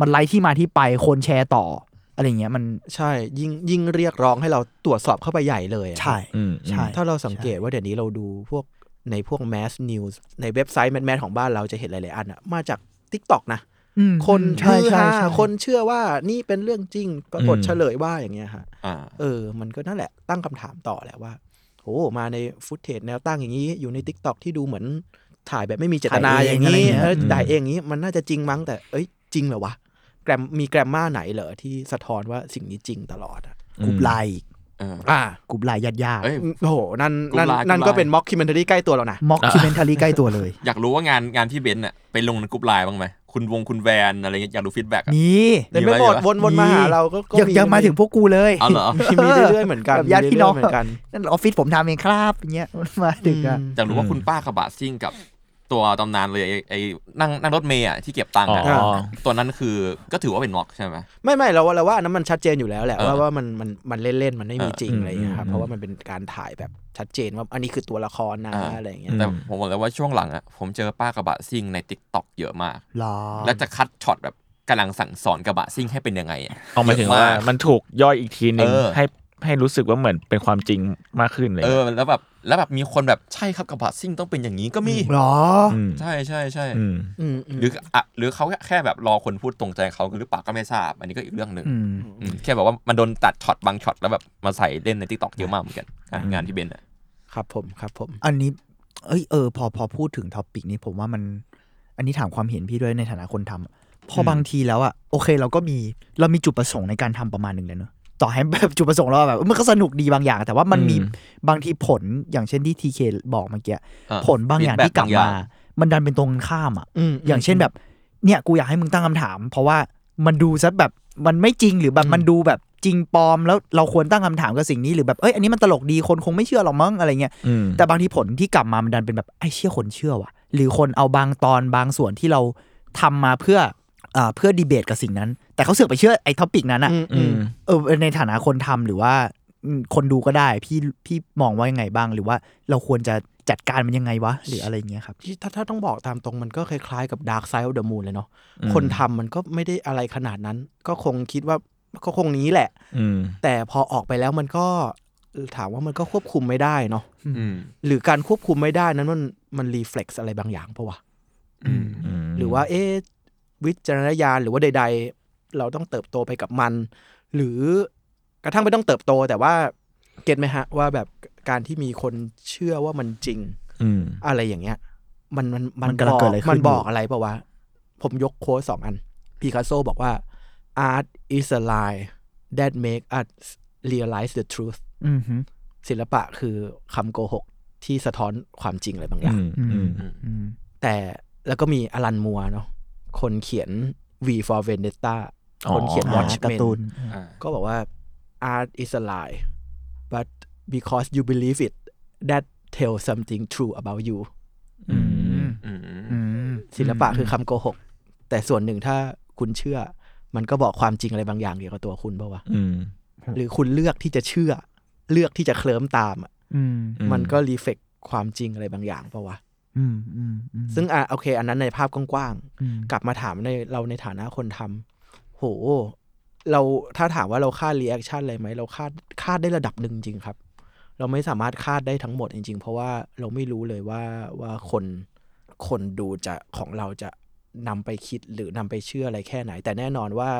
มันไลที่มาที่ไปคนแชร์ต่อ อะไรเงี้ยมัน ใช่ ยิ่งยิ่งเรียกร้องให้เราตรวจสอบเข้าไปใหญ่เลยอะ ใช่ อืม ใช่ ถ้าเราสังเกตว่าเดี๋ยวนี้เราดูพวกในพวกแมสนิวส์ในเว็บไซต์แมสแมสของบ้านเราจะเห็นหลายๆอันอะมาจาก t ิ k t o k นะ อืม คน ใช่ ฮือ ใช่ ฮา ใช่ คนเชื่อว่านี่เป็นเรื่องจริงปรากฏ อืม เฉลยว่าอย่างเงี้ยฮะ อ่า เออ มันก็นั่นแหละ ตั้งคำถามต่อแหละว่าโอ้มาในฟุตเทจแนวตั้งอย่างนี้ อยู่ในทิกตอกที่ดูเหมือนถ่ายแบบไม่มีเจตนาอย่างนี้เออถ่ายเองอย่างนี้ มันน่าจะจริงมั้งแต่ เอ้ย จริงเหรอวะ แกรมมีแกรมมาไหนเหรอที่สะท้อนว่าสิ่งนี้จริงตลอดอะ กลุ่มไลน์ เออ อ่าก ลุ่มไลน์ญาติญาติ เอ้ย โอ้โหนั่นกนั่นรุ๊ปไลน์ นั่น กรุ๊ปไลน์ ก็เป็นม็อกคิมเมนทารี่ใกล้ตัวแล้วนะ ม็อกคิเมนทารีใกล้ตัวเลย อยากรู้ว่างานงานพี่เบนซ์น่ะไปลงในกลุ่มไลน์บ้างไหมคุณวงคุณแวน อะไรเงี้ยอยากดูฟีดแบ็กอะ นี่ เต็มไปหมด มีไหม วนวนมาหาเราก็ก็ ยังยังมาถึงพวกกูเลย เอาเหรอ มีมีเรื่อยๆเหมือนกัน แบบญาติพี่น้อง มีเรื่ยๆเหมือนกัน นั่นออฟฟิศผมทำเองครับอย่างเงี้ยมาถึงอ่ะ อยากรู้ว่าคุณป้ากระบะซิ่งกับตัวตำนานเลยไอ้ไอ้นั่งนั่งรถเมย์อะที่เก็บตังค์อะ อ๋อ ตัวนั้นคือก็ถือว่าเป็นม็อกใช่ไหม ไม่ไม่เราว่าเราว่าอันนั้นมันชัดเจนอยู่แล้วแหละ เออ ว่าว่ามันมันมันเล่นๆมันไม่มี เออ จริงอะไรอย่างเงี้ยครับ อืม เพราะว่ามันเป็นการถ่ายแบบชัดเจนว่าอันนี้คือตัวละครนะอะไรอย่างเงี้ย แต่ผมบอกเลยว่าช่วงหลังอะผมเจอป้ากระบะซิ่งในติ๊กต็อกเยอะมาก หรอ แล้วจะคัดช็อตแบบกำลังสั่งสอนกระบะซิ่งให้เป็นยังไงอะ เอาหมายถึงว่า เยอะมาก มันถูกย่อยอีกทีหนึ่ง เออ ให้ให้รู้สึกว่าเหมือนเป็นความจริงมากขึ้นเลย เออแล้วแบบแล้วแบบมีคนแบบใช่ครับกระบะซิ่งต้องเป็นอย่างนี้ก็มี หรอ ม ใช่ใช่ใช่ อืม อืมอืม หรืออะหรือเขาแค่แค่แบบรอคนพูดตรงใจเขาหรือเปล่าก็ไม่ทราบ อันนี้ก็อีกเรื่องหนึ่ง อืม อืมแค่แบบว่ามันโดนตัดช็อตบางช็อตแล้วแบบมาใส่เล่นในทิกตอกเยอะมากเหมือนกันอ่ะงานที่เบนซ์อะ ครับผมครับผม อันนี้ เอ้ยเออ พอพอพูดถึงท็อปิกนี้ผมว่ามัน อันนี้ถามความเห็นพี่ด้วยในฐานะคนทำอะพออบางทีแล้วอะโอเคเราก็มีเรามีจุดประสงค์ในการทำประมาณหนึ่งแล้วเนอะต่อให้แบบจุดประสงค์เราแบบมันก็สนุกดีบางอย่าง แต่ว่ามันมี อืม บางทีผลอย่างเช่นที่ทีเคบอกเมื่อกี้ อ่า ผลบางอย่าง feedback ที่กลับบ างอย่าม าง มันดันเป็นตรงกันข้ามอะ ม อย่างเช่นแบบเนี่ยกูอยากให้มึงตั้งคำถาม เพราะว่ามันดูซะแบบมันไม่จริงหรือแบบมันดูแบบจริงปลอม แล้วเราควรตั้งคำถามกับสิ่งนี้หรือแบบเอ้ยอันนี้มันตลกดีคนคงไม่เชื่อหรอกมั้งอะไรเงี้ย อืม แต่บางทีผลที่กลับมามันดันเป็นแบบไอ้เชื่อคนเชื่อว่ะ หรือคนเอาบางตอนบางส่วนที่เราทำมาเพื่ออ่าเพื่อดีเบตกับสิ่งนั้น แต่เขาเสือกไปเชื่อไอ้ท็อปิกนั้นอะ อืมอืม เออในฐานะคนทำหรือว่าอืมคนดูก็ได้พี่พี่มองว่ายังไงบ้าง หรือว่าเราควรจะจัดการมันยังไงวะหรืออะไรเงี้ยครับ ที่ถ้าถ้าต้องบอกตามตรงมันก็คล้ายๆกับ Dark Side of the Moon เลยเนาะ อืม คนทำมันก็ไม่ได้อะไรขนาดนั้น ก็คงคิดว่าก็คงนี้แหละ อืม แต่พอออกไปแล้วมันก็ถามว่ามันก็ควบคุมไม่ได้เนาะ อืม หรือการควบคุมไม่ได้นั้นมันมันรีเฟล็กซ์อะไรบางอย่างปะวะหรือว่าเอ๊ะวิจารณญาณหรือว่าใด ๆ เราต้องเติบโตไปกับมัน หรือกระทั่งไม่ต้องเติบโต แต่ว่าเก็ตไหมฮะว่าแบบการที่มีคนเชื่อว่ามันจริง อืม อะไรอย่างเงี้ย มันมัน มันกำลัง บ เกิดอะไรขึ้น มันบอก อยู่ อะไรเปล่าวะ ผมยกโค้ดสองอัน พิคัสโซบอกว่า art is a lie that make us realize the truth อือฮึ ศิลปะคือคำโกหกที่สะท้อนความจริงอะไรบางอย่าง อืม อืม อืม แต่แล้วก็มีอลันมัวเนาะคนเขียน V for Vendetta อ๋อ คนเขียน อ่า Watchmen การ์ตูน อ่า ก็บอกว่า art is a lie but because you believe it that tells something true about you อืม อืม อืม ศิลปะคือคำโกหก แต่ส่วนหนึ่งถ้าคุณเชื่อ มันก็บอกความจริงอะไรบางอย่างเกี่ยวกับตัวคุณเปล่าวะ อืม หรือคุณเลือกที่จะเชื่อ เลือกที่จะเคลิ้มตามอะ อืม อืม มันก็รีเฟกความจริงอะไรบางอย่างเปล่าวะ อืมอืมอืม ซึ่งอ่ะโอเค อันนั้นในภาพกว้าง อืม ๆกลับมาถามในเราในฐานะคนทำโห เราถ้าถามว่าเราคาดรีแอคชั่นอะไรไหมเราคาดคาดได้ระดับหนึ่งจริงๆครับ เราไม่สามารถคาดได้ทั้งหมดจริง ๆ เพราะว่าเราไม่รู้เลยว่าว่าคนคนดูจะของเราจะนำไปคิดหรือนำไปเชื่ออะไรแค่ไหน แต่แน่นอนว่า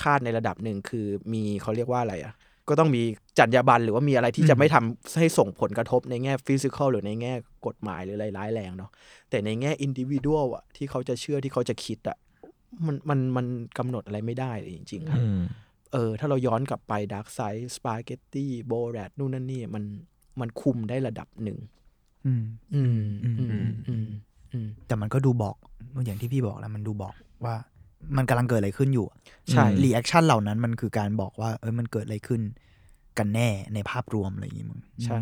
คาดในระดับหนึ่งคือมีเขาเรียกว่าอะไรอ่ะ ก็ต้องมีจรรยาบรรณหรือว่ามีอะไรที่จะไม่ทำให้ส่งผลกระทบในแง่ฟิสิกอลหรือในแง่กฎหมายหรืออะไรร้ายแรงเนาะแต่ในแง่อินดิวิวลอ่ะที่เขาจะเชื่อที่เขาจะคิดอ่ะมันมันมันกำหนดอะไรไม่ได้เลยจริงๆครับ อืม เออถ้าเราย้อนกลับไปดาร์กไซ d ์สปาเกตตี้โบแรดนู่นนั่นนี่มันมันคุมได้ระดับหนึ่ง อืม อืม อืม อืมอืมอืม แต่มันก็ดูบอกอย่างที่พี่บอกแล้วมันดูบอกว่ามันกำลังเกิดอะไรขึ้นอยู่ ใช่ รีแอคชั่นเหล่านั้นมันคือการบอกว่า เอ้ยมันเกิดอะไรขึ้น กันแน่ในภาพรวมอะไรอย่างงี้มั้ง ใช่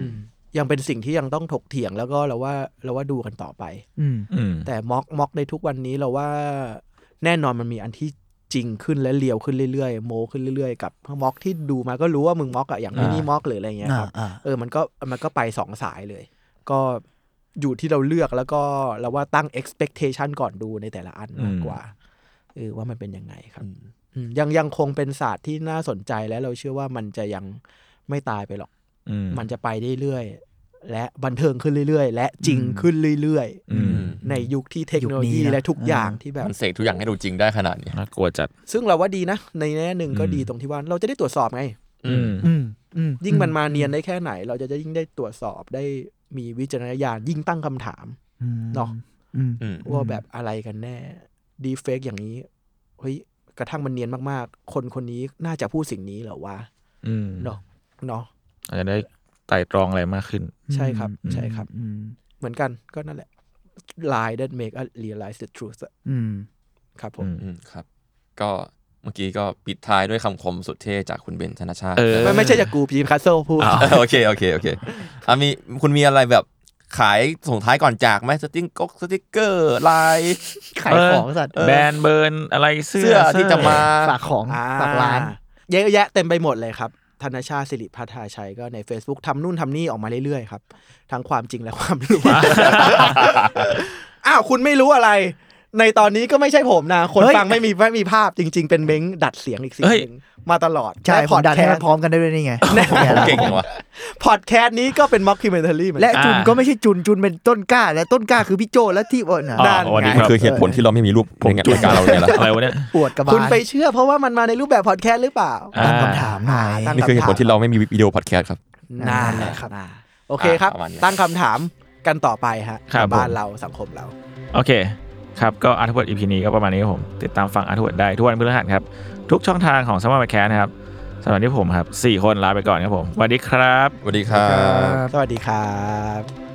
อืม ยังเป็นสิ่งที่ยังต้องถกเถียงแล้วก็เราว่าเราว่าดูกันต่อไป อืม อืม แต่ม็อกม็อกในทุกวันนี้เราว่าแน่นอนมันมีอันที่จริงขึ้นและเลียวขึ้นเรื่อยๆ โมขึ้นเรื่อยๆ กับม็อกที่ดูมาก็รู้ว่ามึงม็อกอะอย่างมินิ อ่า ม็อกหรืออะไรเงี้ยครับ อ่าอ่า เออมันก็มันก็ไปสองสายเลย ก็อยู่ที่เราเลือกแล้วก็เราว่าตั้ง expectation ก่อนดูในแต่ละอันมากกว่าเออว่ามันเป็นยังไงครับอืมยังยังคงเป็นศาสตร์ที่น่าสนใจและเราเชื่อว่ามันจะยังไม่ตายไปหรอก อืม มันจะไปเรื่อยๆและบันเทิงขึ้นเรื่อยๆ และจริงขึ้นเรื่อย อืม ๆ ในยุคที่เทคโนโล ยุคนี้ ยี นะ และทุกอย่างที่แบบ มันเสกทุกอย่างให้ดูจริงได้ขนาดนี้ น่ากลัวจัด ซึ่งเราว่าดีนะ ในแง่หนึ่งก็ อืม ดีตรงที่ว่าเราจะได้ตรวจสอบไง อืม อืมอืม ยิ่งมันมาเนียนได้แค่ไหน เราจะได้ยิ่งได้ตรวจสอบได้มีวิจารณญาณยิ่งตั้งคำถาม อืม เนาะ อืม อืม ว่าแบบอะไรกันแน่ ดีเฟกอย่างนี้เฮ้ยกระทั่งมันเนียนมากๆ คนคนนี้น่าจะพูดสิ่งนี้เหรอวะ อืม เนาะ เนาะ อาจจะได้ไต่ตรองอะไรมากขึ้น ใช่ครับ อืม ใช่ครับ อืม เหมือนกันก็นั่นแหละ lie that make us realize the truth อะ อืม ครับผม อืม อืมครับ ก็เมื่อกี้ก็ปิดท้ายด้วยคำคมสุดเท่จากคุณเบนธนชาติ เออ ไม่ไม่ใช่จากกูพีคัสโซพูด อ่ะ โอเคโอเคโอเคอ่ะมีคุณมีอะไรแบบขายส่งท้ายก่อนจากไหมสติ๊กก๊กสติ๊กเกอร์ลาย ขายของสัตว์ เออ แบรนด์เบิร์นอะไรเสื้ เสื้อที่จะมา ฝากของ อ่ ฝากร้าน เยอะแยะเต็มไปหมดเลยครับ ธนชาติสิริพัฒนาชัยก็ใน Facebook ทำนู่นทำนี่ออกมาเรื่อยๆครับ ทั้งความจริงและความรู้ อ้าว คุณไม่รู้อะไร ในตอนนี้ก็ไม่ใช่ผมนะ คน เฮ้ย ฟังไม่มีไม่มีภาพจริง ๆ เป็นเม้งดัดเสียงอีกเสียงหนึ่งมาตลอด ใช่ และ ผมดันให้มันพร้อมกันได้ด้วยนี่ไงแย่แล้ว เก่งจังวะ พอดแคสต์นี้ก็เป็นม็อกคิเมนทารี่เหมือน และ กัน จุนก็ไม่ใช่จุนจุนเป็นต้นกล้า และต้นกล้าคือพี่โจและที่อ่อนน่ะ อ๋อ ด้าน สวัสดี นี่ ครับ คือเหตุผลที่เราไม่มีรูปผมในรายการเราเนี่ยแหละ อะไรวะเนี่ย ปวดกระบาล คุณไปเชื่อเพราะว่ามันมาในรูปแบบพอดแคสต์หรือเปล่า อ่ะ ตั้งคำถามหน่อย อ่าตั้ง นี่คือเหตุผลที่เราไม่มีวิดีโอพอดแคสต์ครับ น่าแหละครับ โอเคครับ ประมาณนี้ ตั้งคำถามกันต่อไปฮะ ครับผม บ้านเราสังคมเรา โอเค ครับ ก็อาร์ทเวิร์ดอีพีนี้ก็ประมาณนี้ครับผม ติดตามฟังอาร์ทเวิร์ดได้ทุกวันพฤหัสครับ ทุกช่องทางของสมาร์ทแคสนะครับสำหรับที่ผมครับ 4 คนลาไปก่อนครับผมสวัสดีครับ สวัสดีครับ สวัสดีครับ